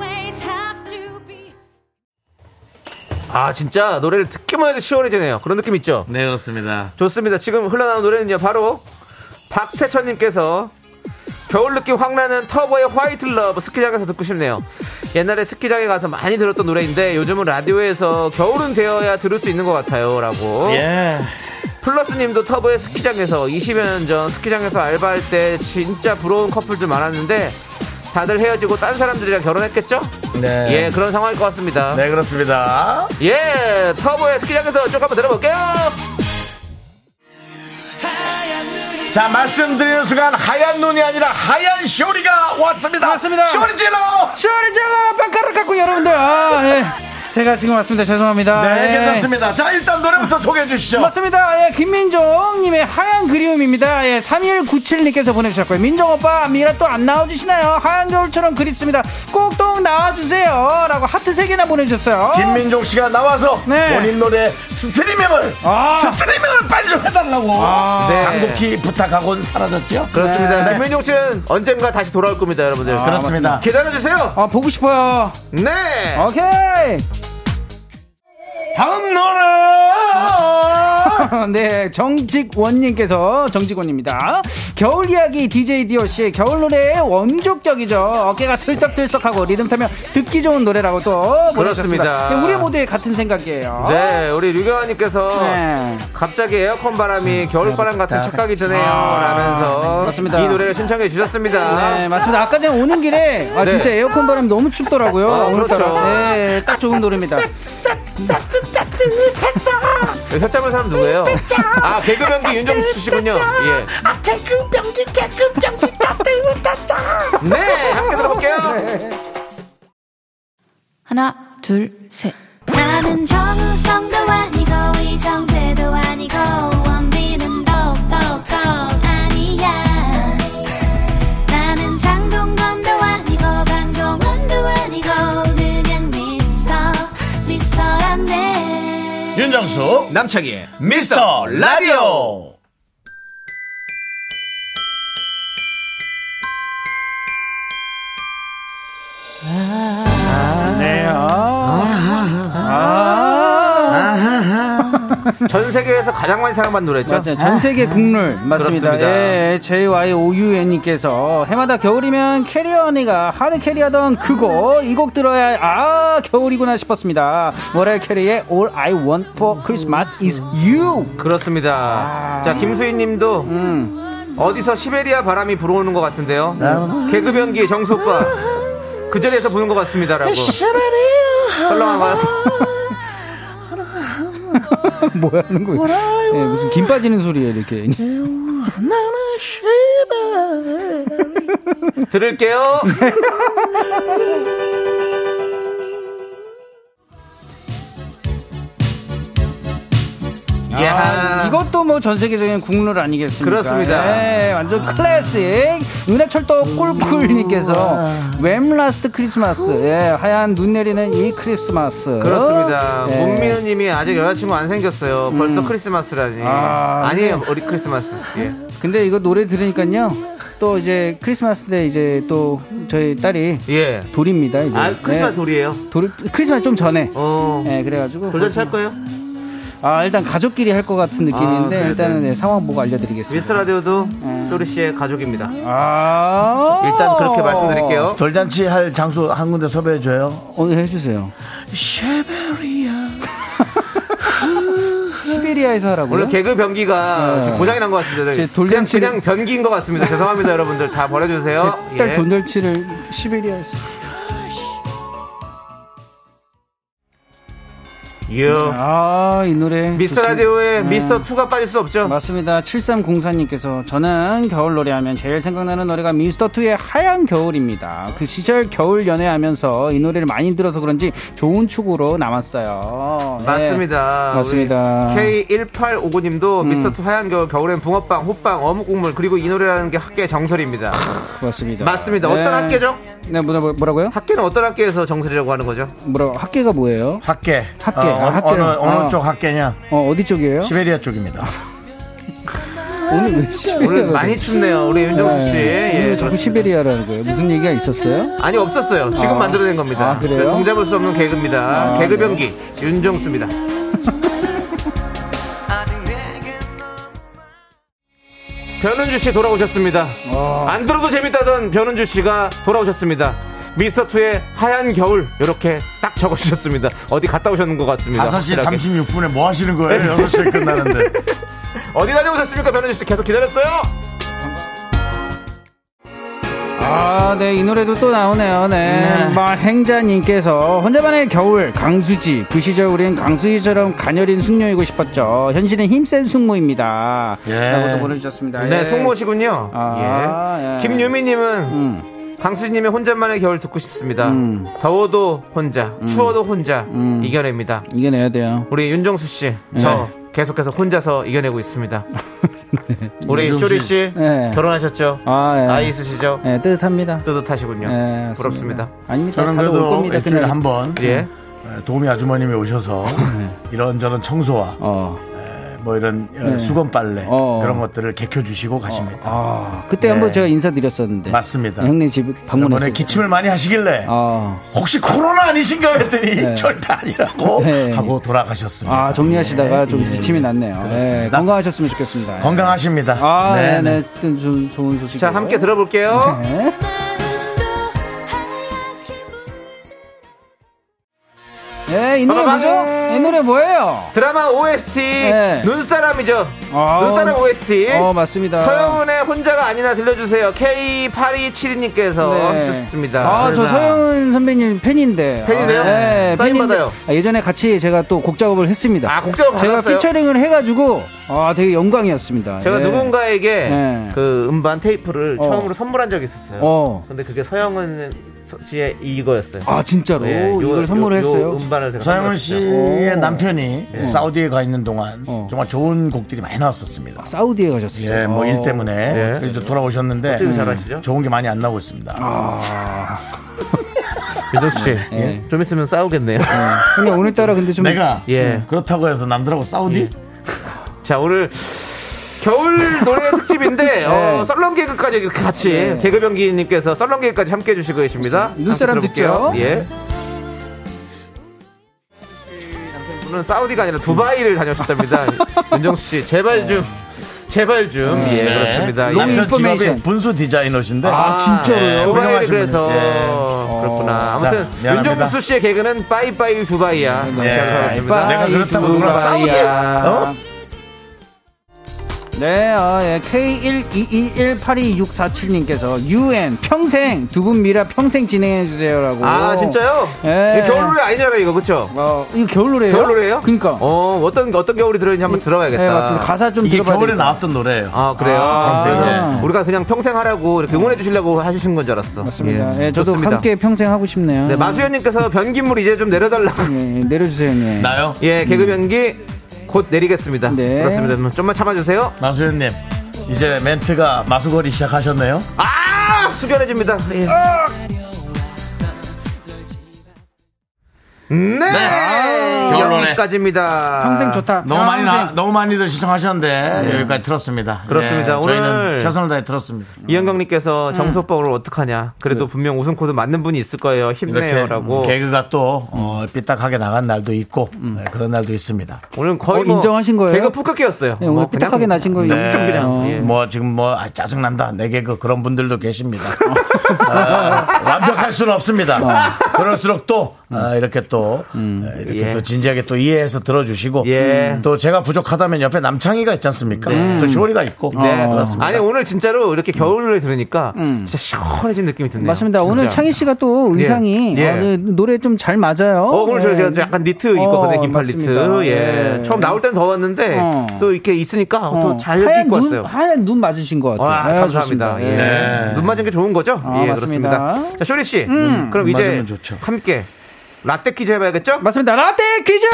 [SPEAKER 3] 아, 진짜 노래를 듣기만 해도 시원해지네요. 그런 느낌 있죠?
[SPEAKER 2] 네, 그렇습니다.
[SPEAKER 3] 좋습니다. 지금 흘러나온 노래는요, 바로 박태천님께서 겨울 느낌 확 나는 터보의 화이트 러브 스키장에서 듣고 싶네요. 옛날에 스키장에 가서 많이 들었던 노래인데 요즘은 라디오에서 겨울은 되어야 들을 수 있는 것 같아요. 라고.
[SPEAKER 2] 예.
[SPEAKER 3] 플러스님도 터보의 스키장에서 20여 년 전 스키장에서 알바할 때 진짜 부러운 커플들 많았는데 다들 헤어지고 딴 사람들이랑 결혼했겠죠?
[SPEAKER 2] 네.
[SPEAKER 3] 예, 그런 상황일 것 같습니다.
[SPEAKER 2] 네, 그렇습니다.
[SPEAKER 3] 예, 터보의 스키장에서 쭉 한번 들어볼게요.
[SPEAKER 2] 자, 말씀드리는 순간 하얀 눈이 아니라 하얀 쇼리가 왔습니다.
[SPEAKER 7] 맞습니다.
[SPEAKER 2] 쇼리 질러!
[SPEAKER 7] 쇼리젤라 빵가루 갖고 여러분들 아, 예. 제가 지금 왔습니다 죄송합니다
[SPEAKER 2] 네,
[SPEAKER 7] 예.
[SPEAKER 2] 괜찮습니다. 자, 일단 노래부터 소개해 주시죠.
[SPEAKER 7] 맞습니다. 예, 김민종님의 하얀 그리움입니다. 예, 3197님께서 보내주셨고요. 민종오빠, 미라 또 안 나와주시나요? 하얀 겨울처럼 그립습니다. 꼭꼭 나와주세요. 라고 하트 3개나 보내주셨어요.
[SPEAKER 2] 김민종 씨가 나와서
[SPEAKER 7] 네.
[SPEAKER 2] 본인 노래 스트리밍을
[SPEAKER 7] 아.
[SPEAKER 2] 스트리밍을 빨리 좀 해달라고
[SPEAKER 7] 아.
[SPEAKER 3] 네.
[SPEAKER 2] 강독히 부탁하곤 사라졌죠.
[SPEAKER 3] 그렇습니다.
[SPEAKER 2] 네.
[SPEAKER 3] 김민종 씨는 언젠가 다시 돌아올 겁니다, 여러분들.
[SPEAKER 2] 그렇습니다.
[SPEAKER 3] 기다려주세요.
[SPEAKER 7] 아, 보고 싶어요.
[SPEAKER 3] 네.
[SPEAKER 7] 오케이.
[SPEAKER 2] 다음 아, 노래
[SPEAKER 7] 네, 정직원님께서 정직원입니다. 겨울 이야기 DJ 디오 씨 겨울 노래의 원조격이죠. 어깨가 들썩들썩하고 리듬 타면 듣기 좋은 노래라고 또 보내셨습니다.
[SPEAKER 3] 그렇습니다.
[SPEAKER 7] 네, 우리 모두의 같은 생각이에요.
[SPEAKER 3] 네, 우리 류경아님께서
[SPEAKER 7] 네. 음,
[SPEAKER 3] 갑자기 에어컨 바람이 겨울바람 같은 착각이 드네요.
[SPEAKER 7] 아,
[SPEAKER 3] 라면서
[SPEAKER 7] 그렇습니다.
[SPEAKER 3] 이 노래를 신청해 주셨습니다.
[SPEAKER 7] 네, 맞습니다. 아까 전에 오는 길에 아,
[SPEAKER 3] 네.
[SPEAKER 7] 진짜 에어컨 바람이 너무 춥더라고요.
[SPEAKER 3] 아,
[SPEAKER 7] 오늘따라.
[SPEAKER 3] 그렇죠.
[SPEAKER 7] 네, 딱 좋은 노래입니다.
[SPEAKER 3] 여기 혀잡은 사람 누구예요? 아, 개그병기 윤정수 씨군요. 예. 아,
[SPEAKER 7] 네.
[SPEAKER 3] 개그병기, 개그병기, 따뜻, 따뜻. 네, 함께 들어볼게요.
[SPEAKER 5] 하나, 둘, 셋. 나는 정우성도 아니고, 이정재도 아니고, 원빈은 더욱더 아니야. 나는 장동건도 아니고, 강동원도 아니고, 그냥 미스터, 미스터란데.
[SPEAKER 2] 예. 윤정수 남창희의 미스터 라디오
[SPEAKER 7] 네. 아.
[SPEAKER 3] 전 세계에서 가장 많이 사랑받는 노래죠.
[SPEAKER 7] 맞아요. 전 세계 국룰 맞습니다.
[SPEAKER 3] 그렇습니다.
[SPEAKER 7] 예, JYOUN님께서 해마다 겨울이면 캐리어 언니가 하드 캐리하던 그거 이 곡 들어야 아 겨울이구나 싶었습니다. 머랄 캐리의 All I Want for Christmas is You.
[SPEAKER 3] 그렇습니다. 자, 김수희님도 어디서 시베리아 바람이 불어오는 것 같은데요. 개그 변기 정수 오빠 그 자리에서 부는 것 같습니다라고. 네, 시베리아. 설렁한가요?
[SPEAKER 7] 뭐 하는 거예요? 예, 무슨 김 빠지는 소리예요 이렇게.
[SPEAKER 3] 들을게요.
[SPEAKER 7] 아,
[SPEAKER 3] 네. 야
[SPEAKER 7] 이것도 뭐 전 세계적인 국룰 아니겠습니까?
[SPEAKER 3] 아. 그렇습니다.
[SPEAKER 7] 예, 완전 클래식. 은하철도
[SPEAKER 3] 아.
[SPEAKER 7] 꿀꿀님께서 웸 라스트 크리스마스. 예, 하얀 눈 내리는 이 크리스마스.
[SPEAKER 3] 그렇습니다.
[SPEAKER 7] 예.
[SPEAKER 3] 문민우님이 아직 여자친구 안 생겼어요. 벌써 크리스마스라니.
[SPEAKER 7] 아,
[SPEAKER 3] 음. 아, 니에요 우리 크리스마스. 예.
[SPEAKER 7] 근데 이거 노래 들으니까요. 또 이제 크리스마스 때 이제 또 저희 딸이
[SPEAKER 3] 예.
[SPEAKER 7] 돌입니다. 이제.
[SPEAKER 3] 아 크리스마스
[SPEAKER 7] 예,
[SPEAKER 3] 돌이에요.
[SPEAKER 7] 돌- 크리스마스 좀 전에.
[SPEAKER 3] 어.
[SPEAKER 7] 예, 그래가지고.
[SPEAKER 3] 돌잔치 할 거예요?
[SPEAKER 7] 아, 일단 가족끼리 할 것 같은 느낌인데,
[SPEAKER 3] 아, 그래요? 네.
[SPEAKER 7] 일단은 예, 상황 보고 알려드리겠습니다.
[SPEAKER 3] 미스터 라디오도 쇼리 씨의 가족입니다.
[SPEAKER 7] 아.
[SPEAKER 3] 일단 그렇게 말씀드릴게요.
[SPEAKER 2] 돌잔치 할 장소 한 군데 섭외해줘요
[SPEAKER 7] 오늘 어, 예, 해주세요.
[SPEAKER 2] 시베리아
[SPEAKER 7] 시베리아에서 하라고요?
[SPEAKER 3] 오늘 개그 변기가 지금 고장이 난 것 같습니다.
[SPEAKER 7] 네. 제
[SPEAKER 3] 그냥,
[SPEAKER 7] 돌잔치를-
[SPEAKER 3] 그냥 변기인 것 같습니다. 죄송합니다, 여러분들. 다 버려주세요.
[SPEAKER 7] 딸
[SPEAKER 3] 예.
[SPEAKER 7] 돈절치를 시베리아에서.
[SPEAKER 3] 유.
[SPEAKER 7] 아, 이 노래.
[SPEAKER 3] 미스터
[SPEAKER 7] 좋습니다.
[SPEAKER 3] 라디오에
[SPEAKER 7] 네.
[SPEAKER 3] 미스터 2가 빠질 수 없죠.
[SPEAKER 7] 맞습니다. 7304님께서 저는 겨울 노래하면 제일 생각나는 노래가 미스터2의 하얀 겨울입니다. 그 시절 겨울 연애하면서 이 노래를 많이 들어서 그런지 좋은 추구로 남았어요. 네.
[SPEAKER 3] 맞습니다.
[SPEAKER 7] 맞습니다. 음.
[SPEAKER 3] K1859님도 미스터2 하얀 겨울, 겨울엔 붕어빵, 호빵, 어묵국물, 그리고 이 노래라는 게 학계 정설입니다.
[SPEAKER 7] 맞습니다.
[SPEAKER 3] 맞습니다. 어떤 학계죠?
[SPEAKER 7] 네, 뭐라, 뭐- 뭐라고요?
[SPEAKER 3] 학계는 어떤 학계에서 정설이라고 하는 거죠?
[SPEAKER 7] 뭐라고, 학계가 뭐예요?
[SPEAKER 2] 학계
[SPEAKER 7] 학계.
[SPEAKER 2] 어,
[SPEAKER 7] 아, 학계요.
[SPEAKER 2] 느 어느
[SPEAKER 7] 아.
[SPEAKER 2] 쪽 학계냐
[SPEAKER 7] 어, 어디 쪽이에요?
[SPEAKER 2] 시베리아 쪽입니다
[SPEAKER 7] 오늘 왜 시베리아?
[SPEAKER 3] 오늘 많이 춥네요, 우리 윤정수 씨. 예,
[SPEAKER 7] 왜 자꾸
[SPEAKER 3] 그렇습니다.
[SPEAKER 7] 시베리아라는 거예요? 무슨 얘기가 있었어요?
[SPEAKER 3] 아니 없었어요. 지금
[SPEAKER 7] 아.
[SPEAKER 3] 만들어낸 겁니다.
[SPEAKER 7] 아, 그래요?
[SPEAKER 3] 네, 종잡을 수 없는 개그입니다.
[SPEAKER 7] 아,
[SPEAKER 3] 개그 병기 윤정수입니다. 변은주 씨 돌아오셨습니다. 안 들어도 재밌다던 변은주 씨가 돌아오셨습니다. 미스터 투의 하얀 겨울 이렇게 딱 적어주셨습니다. 어디 갔다 오셨는 것 같습니다.
[SPEAKER 2] 5시
[SPEAKER 3] 확실하게.
[SPEAKER 2] 36분에 뭐 하시는 거예요 6시에 끝나는데
[SPEAKER 3] 어디 다녀오셨습니까, 변은주 씨? 계속 기다렸어요.
[SPEAKER 7] 아, 네, 이 노래도 또 나오네요. 네. 마행자님께서 혼자만의 겨울, 강수지. 그 시절 우린 강수지처럼 가녀린 숙녀이고 싶었죠. 현실은 힘센 숙모입니다.
[SPEAKER 2] 예.
[SPEAKER 7] 라고도 보내주셨습니다.
[SPEAKER 3] 네,
[SPEAKER 7] 예.
[SPEAKER 3] 송모시군요.
[SPEAKER 7] 아, 예.
[SPEAKER 3] 예. 김유미님은
[SPEAKER 7] 음.
[SPEAKER 3] 강수님의 혼잣말의 겨울 듣고 싶습니다.
[SPEAKER 7] 음.
[SPEAKER 3] 더워도 혼자, 추워도 혼자 이겨냅니다.
[SPEAKER 7] 이겨내야 돼요.
[SPEAKER 3] 우리 윤정수 씨,
[SPEAKER 7] 예.
[SPEAKER 3] 저 계속해서 혼자서 이겨내고 있습니다. 우리
[SPEAKER 2] 윤정수
[SPEAKER 3] 쇼리
[SPEAKER 2] 씨.
[SPEAKER 3] 씨
[SPEAKER 7] 네.
[SPEAKER 3] 결혼하셨죠?
[SPEAKER 7] 아, 예.
[SPEAKER 3] 아이 있으시죠?
[SPEAKER 7] 예, 따뜻합니다.
[SPEAKER 3] 뜨뜻하시군요.
[SPEAKER 7] 예, 맞습니다.
[SPEAKER 3] 부럽습니다.
[SPEAKER 7] 아닙니다.
[SPEAKER 2] 저는
[SPEAKER 7] 다들 올
[SPEAKER 2] 그래도
[SPEAKER 7] 겁니다.
[SPEAKER 2] 일주일에
[SPEAKER 7] 그날.
[SPEAKER 2] 한번 네,
[SPEAKER 3] 예.
[SPEAKER 2] 도우미 아주머님이 오셔서 이런저런 청소와
[SPEAKER 7] 어.
[SPEAKER 2] 뭐 이런 어, 수건 빨래
[SPEAKER 7] 어.
[SPEAKER 2] 그런 것들을 개켜 주시고 가십니다.
[SPEAKER 7] 아, 그때
[SPEAKER 2] 네.
[SPEAKER 7] 한번 제가 인사드렸었는데.
[SPEAKER 2] 맞습니다.
[SPEAKER 7] 형님 집
[SPEAKER 2] 이번에
[SPEAKER 7] 방문했어요.
[SPEAKER 2] 기침을 많이 하시길래
[SPEAKER 7] 아.
[SPEAKER 2] 혹시 코로나 아니신가 했더니 절대 아니라고
[SPEAKER 7] 네.
[SPEAKER 2] 하고 네. 돌아가셨습니다.
[SPEAKER 7] 아, 정리하시다가
[SPEAKER 2] 예,
[SPEAKER 7] 좀
[SPEAKER 2] 예,
[SPEAKER 7] 기침이
[SPEAKER 2] 예.
[SPEAKER 7] 났네요. 예,
[SPEAKER 2] 그렇습니다.
[SPEAKER 7] 건강하셨으면 좋겠습니다. 예.
[SPEAKER 2] 건강하십니다.
[SPEAKER 7] 아, 네, 네. 좀, 좀 좋은 소식.
[SPEAKER 3] 자, 함께 들어볼게요.
[SPEAKER 7] 네. 예, 이 노래 뭐죠?
[SPEAKER 3] 빠바밤.
[SPEAKER 7] 이 노래 뭐예요?
[SPEAKER 3] 드라마 OST
[SPEAKER 7] 네.
[SPEAKER 3] 눈사람이죠.
[SPEAKER 7] 아,
[SPEAKER 3] 눈사람 OST.
[SPEAKER 7] 어, 맞습니다.
[SPEAKER 3] 서영은의 혼자가 아니나 들려주세요. K8272님께서 주셨습니다.
[SPEAKER 7] 네.
[SPEAKER 3] 네.
[SPEAKER 7] 아, 저 서영은 선배님 팬인데.
[SPEAKER 3] 팬이세요?
[SPEAKER 7] 네,
[SPEAKER 3] 사인
[SPEAKER 7] 팬인데
[SPEAKER 3] 받아요.
[SPEAKER 7] 아, 예전에 같이 제가 또 곡 작업을 했습니다.
[SPEAKER 3] 아, 곡 작업
[SPEAKER 7] 제가
[SPEAKER 3] 받았어요?
[SPEAKER 7] 피처링을 해가지고, 아, 되게 영광이었습니다.
[SPEAKER 3] 제가
[SPEAKER 7] 예.
[SPEAKER 3] 누군가에게
[SPEAKER 7] 예.
[SPEAKER 3] 그 음반 테이프를
[SPEAKER 7] 어.
[SPEAKER 3] 처음으로 선물한 적이 있었어요.
[SPEAKER 7] 어.
[SPEAKER 3] 근데 그게 서영은 씨의 이거였어요.
[SPEAKER 7] 아 진짜로
[SPEAKER 3] 예, 요-
[SPEAKER 7] 이걸 선물을
[SPEAKER 3] 요- 요
[SPEAKER 7] 했어요.
[SPEAKER 3] 음반을 제가
[SPEAKER 2] 서영은
[SPEAKER 3] 선물을 했죠. 예. 어.
[SPEAKER 2] 씨의 남편이 사우디에 가 있는 동안 정말 좋은 곡들이 많이 나왔었습니다.
[SPEAKER 7] 사우디에 가셨어요.
[SPEAKER 2] 예, 뭐 일 때문에
[SPEAKER 3] 예.
[SPEAKER 2] 그래도 돌아오셨는데 음,
[SPEAKER 3] 어떻게 잘하시죠? 아,
[SPEAKER 2] 좋은 게 많이 안 나오고 있습니다.
[SPEAKER 3] 윤정 씨, 네. 좀 있으면 싸우겠네요.
[SPEAKER 7] 근데 오늘따라 근데 좀
[SPEAKER 2] 내가 음,
[SPEAKER 3] 예.
[SPEAKER 2] 그렇다고 해서 남들하고 사우디?
[SPEAKER 3] 자 오늘 겨울 노래 특집인데
[SPEAKER 2] 네.
[SPEAKER 3] 어, 썰렁 개그까지 이렇게 같이 개그병기님께서 썰렁 개그까지 함께해 주시고
[SPEAKER 2] 네.
[SPEAKER 3] 계십니다.
[SPEAKER 7] 눈사람
[SPEAKER 3] 함께 들어볼게요.
[SPEAKER 7] 듣죠?
[SPEAKER 3] 예. 저는 사우디가 아니라 두바이를 다녀오셨답니다. 윤정수 씨 제발 좀 제발 좀 예,
[SPEAKER 2] 네.
[SPEAKER 3] 그렇습니다. 예.
[SPEAKER 2] 남편 직업이
[SPEAKER 7] 인포메이션.
[SPEAKER 2] 분수 디자이너신데
[SPEAKER 7] 아, 진짜로요?
[SPEAKER 3] 두바이를
[SPEAKER 2] 훌륭하신
[SPEAKER 3] 그래서
[SPEAKER 2] 분이- 예.
[SPEAKER 3] 그렇구나.
[SPEAKER 2] 자,
[SPEAKER 3] 아무튼
[SPEAKER 2] 미안합니다.
[SPEAKER 3] 윤정수 씨의 개그는 빠이빠이 두바이야.
[SPEAKER 2] 예.
[SPEAKER 3] 감사합니다. 아, 네.
[SPEAKER 2] 내가 그렇다고 누구랑 싸우게? 어?
[SPEAKER 7] 네, 아, 예. K122182647님께서 UN 평생 두 분 미라 평생 진행해 주세요라고.
[SPEAKER 3] 아 진짜요?
[SPEAKER 7] 예.
[SPEAKER 3] 이게 겨울 노래 아니잖아요 이거 그쵸?
[SPEAKER 7] 어, 이거 겨울 노래예요?
[SPEAKER 3] 겨울 노래예요?
[SPEAKER 7] 그러니까.
[SPEAKER 3] 어 어떤 어떤 겨울이 들어있는지 한번 들어봐야겠다.
[SPEAKER 7] 네, 맞습니다. 가사 좀
[SPEAKER 2] 이게
[SPEAKER 7] 들어봐야
[SPEAKER 2] 겨울에
[SPEAKER 7] 되겠다.
[SPEAKER 2] 나왔던 노래예요.
[SPEAKER 3] 아 그래요.
[SPEAKER 7] 아,
[SPEAKER 3] 그래서
[SPEAKER 7] 네.
[SPEAKER 3] 우리가 그냥 평생 하라고 이렇게 응원해 주시려고 하신 건 줄 알았어.
[SPEAKER 7] 맞습니다. 예, 저도
[SPEAKER 3] 좋습니다.
[SPEAKER 7] 함께 음. 평생 하고 싶네요.
[SPEAKER 3] 네, 마수현님께서 변기물 이제 좀 내려달라고.
[SPEAKER 7] 예, 예, 내려주세요, 형님.
[SPEAKER 2] 나요?
[SPEAKER 3] 예 개그 변기 곧 내리겠습니다.
[SPEAKER 7] 네.
[SPEAKER 3] 그렇습니다. 좀만 참아주세요.
[SPEAKER 2] 마수현님 이제 멘트가 마수거리 시작하셨네요.
[SPEAKER 3] 아 숙연해집니다. 예.
[SPEAKER 7] 아!
[SPEAKER 3] 네,
[SPEAKER 2] 결론에.
[SPEAKER 3] 여기까지입니다.
[SPEAKER 7] 평생 좋다.
[SPEAKER 3] 아,
[SPEAKER 2] 너무 많이
[SPEAKER 7] 평생.
[SPEAKER 2] 나, 너무 많이들 시청하셨는데 여기까지 들었습니다.
[SPEAKER 3] 예.
[SPEAKER 2] 예,
[SPEAKER 3] 그렇습니다. 오늘-
[SPEAKER 2] 저희는 최선을 다해 들었습니다.
[SPEAKER 3] 음. 이현경님께서
[SPEAKER 7] 음.
[SPEAKER 3] 정수오빠 오늘 어떡하냐. 그래도
[SPEAKER 7] 네.
[SPEAKER 3] 분명 웃음 코드 맞는 분이 있을 거예요.
[SPEAKER 7] 그러니까
[SPEAKER 2] 이렇게
[SPEAKER 3] 힘내요라고.
[SPEAKER 2] 개그가 또 어, 삐딱하게 나간 날도 있고
[SPEAKER 3] 음.
[SPEAKER 2] 예, 그런 날도 있습니다.
[SPEAKER 3] 오늘 거의
[SPEAKER 7] 어,
[SPEAKER 3] 뭐
[SPEAKER 7] 인정하신 거예요?
[SPEAKER 3] 개그 푸켓이었어요. 뭐.
[SPEAKER 7] 예, 오늘 삐딱하게 나신 거예요.
[SPEAKER 3] 쭉 그냥.
[SPEAKER 7] 어.
[SPEAKER 3] 예.
[SPEAKER 2] 뭐 지금 뭐 아, 짜증 난다 내 개그 그런 분들도 계십니다. 어, 완벽할 수는 없습니다. 그럴수록 또 어, 이렇게 또 어, 이렇게
[SPEAKER 3] 어. 음. 예.
[SPEAKER 2] 또 진지하게 또 이해해서 들어주시고 음,
[SPEAKER 3] 예.
[SPEAKER 2] 또 제가 부족하다면 옆에 남창희가 있지 않습니까?
[SPEAKER 3] 네.
[SPEAKER 2] 또 쇼리가 있고
[SPEAKER 3] 네,
[SPEAKER 2] 어, 그렇습니다.
[SPEAKER 3] 아니 오늘 진짜로 이렇게 겨울을 들으니까 진짜 시원해진 느낌이 드네요.
[SPEAKER 7] 음. 맞습니다. 오늘
[SPEAKER 3] 진짜.
[SPEAKER 7] 창희 씨가 또 의상이
[SPEAKER 3] 예.
[SPEAKER 7] 아, 네, 노래 좀 잘 맞아요.
[SPEAKER 3] 어, 오늘 저
[SPEAKER 7] 예.
[SPEAKER 3] 제가 또 약간 니트 입었거든요,
[SPEAKER 7] 어,
[SPEAKER 3] 긴팔 니트.
[SPEAKER 7] 맞습니다.
[SPEAKER 3] 예.
[SPEAKER 7] 예.
[SPEAKER 3] 처음 나올 땐 더웠는데,
[SPEAKER 7] 어.
[SPEAKER 3] 또 이렇게 있으니까
[SPEAKER 7] 어,
[SPEAKER 3] 또 잘
[SPEAKER 7] 하얀
[SPEAKER 3] 입고
[SPEAKER 7] 눈,
[SPEAKER 3] 왔어요.
[SPEAKER 7] 하얀 눈 맞으신 것 같아요.
[SPEAKER 3] 아,
[SPEAKER 7] 예,
[SPEAKER 3] 감사합니다.
[SPEAKER 7] 좋습니다.
[SPEAKER 3] 예.
[SPEAKER 2] 네.
[SPEAKER 3] 눈 맞은 게 좋은 거죠?
[SPEAKER 7] 아,
[SPEAKER 3] 예,
[SPEAKER 7] 맞습니다. 음.
[SPEAKER 3] 그렇습니다. 자, 쇼리 씨. 그럼
[SPEAKER 2] 눈
[SPEAKER 3] 이제
[SPEAKER 2] 맞으면 좋죠.
[SPEAKER 3] 함께 라떼 퀴즈 해봐야겠죠?
[SPEAKER 7] 맞습니다. 라떼 퀴즈!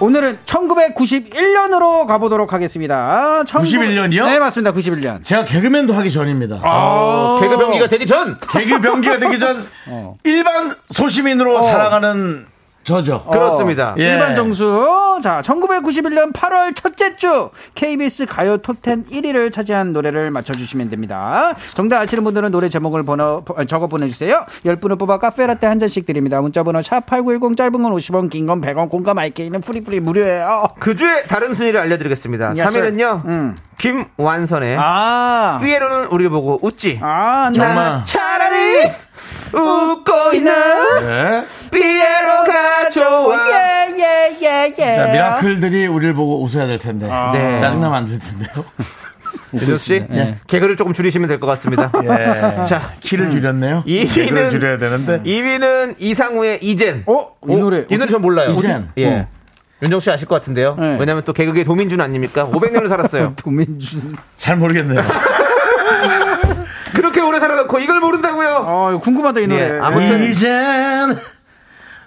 [SPEAKER 7] 오늘은 1991년으로 가보도록 하겠습니다.
[SPEAKER 2] 91년 이요?
[SPEAKER 7] 네, 맞습니다. 91년.
[SPEAKER 2] 제가 개그맨도 하기 전입니다.
[SPEAKER 3] 어, 개그 병기가 되기 전!
[SPEAKER 2] 개그 병기가 되기 전
[SPEAKER 3] 어.
[SPEAKER 2] 일반 소시민으로 살아가는 저죠.
[SPEAKER 3] 어. 그렇습니다.
[SPEAKER 2] 예.
[SPEAKER 7] 일반 정수. 자, 1991년 8월 첫째 주 KBS 가요 톱10 1위를 차지한 노래를 맞춰주시면 됩니다. 정답 아시는 분들은 노래 제목을 번호, 보- 적어 보내주세요. 10분을 뽑아 카페라떼 한 잔씩 드립니다. 문자번호 샵8910 짧은 건 50원, 긴 건 100원, 공감 IK는 프리프리 무료예요.
[SPEAKER 3] 그 주에 다른 순위를 알려드리겠습니다.
[SPEAKER 7] Yes, sir.
[SPEAKER 3] 3위는요,
[SPEAKER 7] 음.
[SPEAKER 3] 김완선의
[SPEAKER 7] 아.
[SPEAKER 3] 삐에로는 우리를 보고 웃지.
[SPEAKER 7] 아,
[SPEAKER 2] 정말.
[SPEAKER 7] 나 차라리
[SPEAKER 3] 웃고 있는
[SPEAKER 2] 예.
[SPEAKER 3] 삐에로가 좋아.
[SPEAKER 7] 예. 예예예예.
[SPEAKER 2] 자, 미라클들이 우리를 보고 웃어야 될 텐데.
[SPEAKER 3] 네.
[SPEAKER 2] 짜증나면 안 될 텐데요.
[SPEAKER 3] 윤정 씨,
[SPEAKER 2] 예.
[SPEAKER 3] 개그를 조금 줄이시면 될 것 같습니다. 자,
[SPEAKER 2] 키를 줄였네요.
[SPEAKER 3] 이
[SPEAKER 2] 키를
[SPEAKER 3] 키는-
[SPEAKER 2] 줄여야 되는데.
[SPEAKER 3] 2위는 이상우의 이젠.
[SPEAKER 7] 어? 이 노래.
[SPEAKER 3] 이 노래 전 몰라요.
[SPEAKER 2] 이젠. 어.
[SPEAKER 3] 예. 윤정 씨 아실 것 같은데요.
[SPEAKER 7] 네.
[SPEAKER 3] 왜냐면 또 개그계 도민준 아닙니까? 500년을 살았어요.
[SPEAKER 7] 도민준.
[SPEAKER 2] 잘 모르겠네요.
[SPEAKER 3] 그렇게 오래 살아놓고 이걸 모른다고요?
[SPEAKER 7] 아, 이거 궁금하다 이 노래.
[SPEAKER 3] 예, 아무튼
[SPEAKER 2] 네. 이젠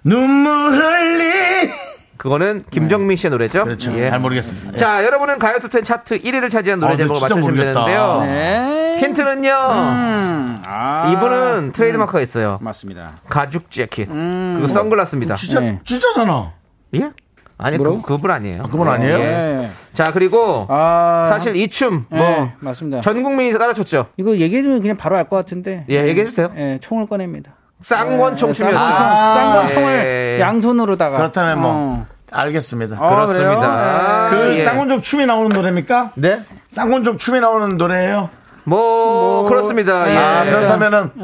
[SPEAKER 2] 눈물 흘리.
[SPEAKER 3] 그거는 김정민 씨의 노래죠.
[SPEAKER 2] 그렇죠.
[SPEAKER 3] 예.
[SPEAKER 2] 잘 모르겠습니다. 예.
[SPEAKER 3] 자, 여러분은 가요 톱10 차트 1위를 차지한 노래
[SPEAKER 2] 아, 근데
[SPEAKER 3] 제목을
[SPEAKER 2] 진짜
[SPEAKER 3] 맞춰주시면
[SPEAKER 2] 모르겠다.
[SPEAKER 3] 되는데요.
[SPEAKER 7] 네.
[SPEAKER 3] 힌트는요.
[SPEAKER 7] 음, 아.
[SPEAKER 3] 이분은 트레이드 마크가 있어요.
[SPEAKER 7] 맞습니다.
[SPEAKER 3] 가죽 재킷. 그리고 선글라스입니다.
[SPEAKER 2] 진짜
[SPEAKER 7] 네.
[SPEAKER 2] 진짜잖아.
[SPEAKER 3] 예? 아니, 그,
[SPEAKER 7] 뭐라고?
[SPEAKER 3] 그분 아니에요. 네.
[SPEAKER 2] 그건 아니에요?
[SPEAKER 7] 예.
[SPEAKER 3] 자, 그리고
[SPEAKER 7] 아.
[SPEAKER 3] 사실 이 춤,
[SPEAKER 7] 예,
[SPEAKER 3] 뭐,
[SPEAKER 7] 맞습니다.
[SPEAKER 3] 전 국민이 따라췄죠.
[SPEAKER 7] 이거 얘기해주면 그냥 바로 알 것 같은데.
[SPEAKER 3] 예, 얘기해주세요.
[SPEAKER 7] 예, 총을 꺼냅니다.
[SPEAKER 3] 쌍권총 춤이었죠.
[SPEAKER 7] 쌍권총,
[SPEAKER 2] 아,
[SPEAKER 7] 쌍권총을
[SPEAKER 3] 예.
[SPEAKER 7] 양손으로다가.
[SPEAKER 2] 그렇다면 뭐
[SPEAKER 7] 어.
[SPEAKER 2] 알겠습니다.
[SPEAKER 7] 어,
[SPEAKER 3] 그렇습니다.
[SPEAKER 7] 그래요?
[SPEAKER 2] 그
[SPEAKER 3] 예.
[SPEAKER 2] 쌍권적 춤이 나오는 노래입니까?
[SPEAKER 3] 네?
[SPEAKER 2] 쌍권적 춤이 나오는 노래예요.
[SPEAKER 3] 뭐, 그렇습니다. 예.
[SPEAKER 2] 아 그렇다면은
[SPEAKER 7] 예.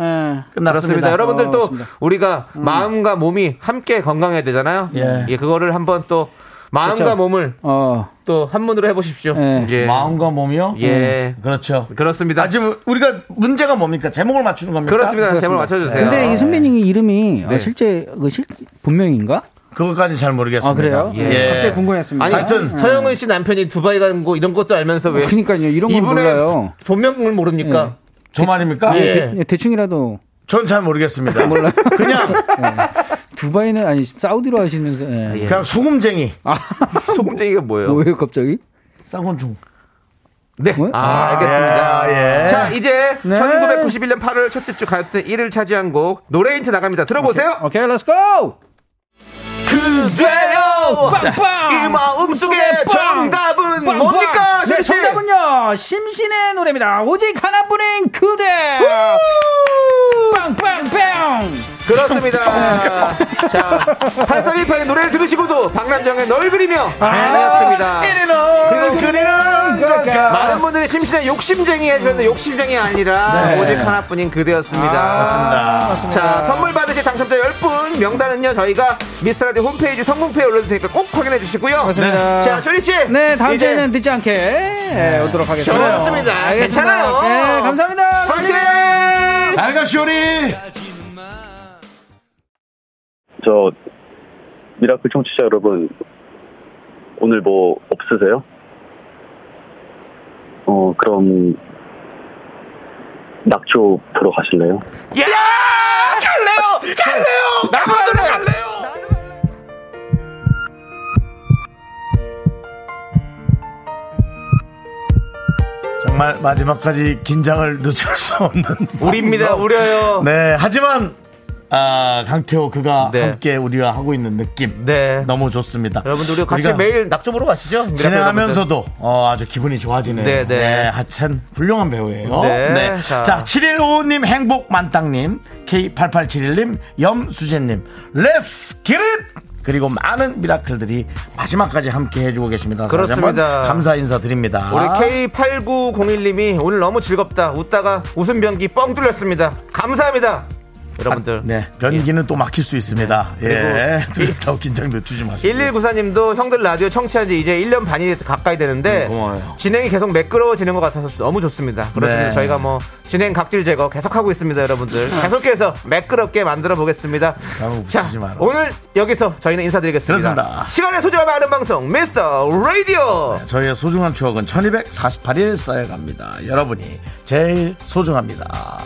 [SPEAKER 2] 끝났습니다.
[SPEAKER 3] 그렇습니다. 여러분들 또
[SPEAKER 7] 그렇습니다.
[SPEAKER 3] 우리가 마음과 몸이 함께 건강해야 되잖아요.
[SPEAKER 2] 예.
[SPEAKER 3] 그거를 한번 또 마음과
[SPEAKER 7] 그렇죠.
[SPEAKER 3] 몸을
[SPEAKER 7] 어.
[SPEAKER 3] 또 한문으로 해보십시오.
[SPEAKER 7] 예.
[SPEAKER 3] 예.
[SPEAKER 2] 마음과 몸이요.
[SPEAKER 3] 예.
[SPEAKER 2] 그렇죠.
[SPEAKER 3] 그렇습니다.
[SPEAKER 2] 아, 지금 우리가 문제가 뭡니까? 제목을 맞추는 겁니까?
[SPEAKER 3] 그렇습니다. 제목을 맞춰주세요.
[SPEAKER 7] 근데 이 선배님 이름이 아,
[SPEAKER 3] 아, 네.
[SPEAKER 7] 실제 그 실, 본명인가?
[SPEAKER 2] 그것까지 잘 모르겠습니다.
[SPEAKER 7] 아 그래요?
[SPEAKER 2] 예.
[SPEAKER 7] 예. 갑자기 궁금했습니다.
[SPEAKER 3] 네. 아니,
[SPEAKER 2] 하여튼.
[SPEAKER 3] 서영은 씨 남편이 두바이 간 거 이런 것도 알면서 왜
[SPEAKER 7] 그러니까요 그러니까 이런 건
[SPEAKER 3] 이분의
[SPEAKER 7] 몰라요.
[SPEAKER 3] 본명을 모릅니까?
[SPEAKER 2] 저 말입니까?
[SPEAKER 3] 예.
[SPEAKER 7] 예, 대충이라도
[SPEAKER 2] 전 잘 모르겠습니다. 그냥
[SPEAKER 7] 두바이는 아니 사우디로 하시면서 예.
[SPEAKER 2] 그냥 소금쟁이,
[SPEAKER 3] 아, 소금쟁이가 뭐예요?
[SPEAKER 7] 뭐예요 갑자기?
[SPEAKER 2] 쌍권충.
[SPEAKER 3] 네.
[SPEAKER 7] 뭐요?
[SPEAKER 3] 아, 알겠습니다.
[SPEAKER 2] 예, 예.
[SPEAKER 3] 자, 이제
[SPEAKER 7] 네.
[SPEAKER 3] 1991년 8월 첫째 주 가요트 1을 차지한 곡 노래 힌트 나갑니다. 들어보세요.
[SPEAKER 7] 오케이 렛츠고!
[SPEAKER 3] 그대여
[SPEAKER 7] 빵빵!
[SPEAKER 3] 이 마음 속에
[SPEAKER 7] 빵!
[SPEAKER 3] 정답은 뭡니까?
[SPEAKER 7] 네,
[SPEAKER 3] 씨?
[SPEAKER 7] 정답은요 심신의 노래입니다 오직 하나뿐인 그대 빵빵빵
[SPEAKER 3] 그렇습니다. 자, 8328의 노래를 들으시고도 박남정의 널 그리며
[SPEAKER 7] 아.
[SPEAKER 3] 나왔습니다. 그리고 많은 분들이 심신의 욕심쟁이 해주셨는데 욕심쟁이 아니라
[SPEAKER 2] 네.
[SPEAKER 3] 오직 하나뿐인 그대였습니다.
[SPEAKER 7] 아,
[SPEAKER 2] 맞습니다.
[SPEAKER 3] 자, 선물 받으실 당첨자 10분 명단은요, 저희가 미스터라디오 홈페이지 성공표에 올려둘 테니까 꼭 확인해 주시고요.
[SPEAKER 7] 맞습니다.
[SPEAKER 3] 자, 쇼리씨.
[SPEAKER 7] 네 다음 주에는 늦지 않게 예, 오도록 하겠습니다
[SPEAKER 3] 좋습니다.
[SPEAKER 7] 알겠습니다.
[SPEAKER 3] 괜찮아요.
[SPEAKER 7] 네, 감사합니다 네,
[SPEAKER 3] 파이팅!
[SPEAKER 2] 잘가 쇼리.
[SPEAKER 4] 저 미라클 청취자 여러분 오늘 뭐 없으세요? 어 그럼 낙조 보러 가실래요?
[SPEAKER 2] 정말 마지막까지 긴장을 늦출 수 없는
[SPEAKER 3] 우리입니다,
[SPEAKER 2] 방송.
[SPEAKER 3] 우려요.
[SPEAKER 2] 네, 하지만 아, 강태호 그가
[SPEAKER 3] 네.
[SPEAKER 2] 함께 우리와 하고 있는 느낌
[SPEAKER 3] 네.
[SPEAKER 2] 너무 좋습니다.
[SPEAKER 3] 여러분들, 우리 같이
[SPEAKER 2] 우리가
[SPEAKER 3] 매일 낙조 보러 가시죠. 미라클 여러분들.
[SPEAKER 2] 진행하면서도 어, 아주 기분이 좋아지네요.
[SPEAKER 3] 네, 네.
[SPEAKER 2] 하여튼 훌륭한 배우예요.
[SPEAKER 3] 네,
[SPEAKER 2] 자,
[SPEAKER 3] 자.
[SPEAKER 2] 7155님 행복 만땅님, K8871님, 염수진님, 렛츠 기릿! 그리고 많은 미라클들이 마지막까지 함께 해주고 계십니다. 다시
[SPEAKER 3] 그렇습니다.
[SPEAKER 2] 한번 감사 인사드립니다.
[SPEAKER 3] 우리 K8901님이 오늘 너무 즐겁다. 웃다가 웃음 변기 뻥 뚫렸습니다. 감사합니다. 여러분들.
[SPEAKER 2] 네, 변기는 또 막힐 수 있습니다.
[SPEAKER 3] 네.
[SPEAKER 2] 예, 둘 다 긴장 늦추지 마시고.
[SPEAKER 3] 1194님도 형들 라디오 청취한 지 이제 1년 반이 가까이 되는데
[SPEAKER 2] 음, 고마워요.
[SPEAKER 3] 진행이 계속 매끄러워지는 것 같아서 너무 좋습니다. 그렇습니다.
[SPEAKER 2] 네.
[SPEAKER 3] 저희가 뭐 진행 각질 제거 계속하고 있습니다, 여러분들. 계속해서 매끄럽게 만들어 보겠습니다.
[SPEAKER 2] 너무
[SPEAKER 3] 자,
[SPEAKER 2] 붙이지 마라.
[SPEAKER 3] 오늘 여기서 저희는 인사드리겠습니다.
[SPEAKER 2] 그렇습니다.
[SPEAKER 3] 시간의 소중함 아는 방송 미스터 라디오.
[SPEAKER 2] 저희의 소중한 추억은 1248일 쌓여갑니다. 여러분이 제일 소중합니다.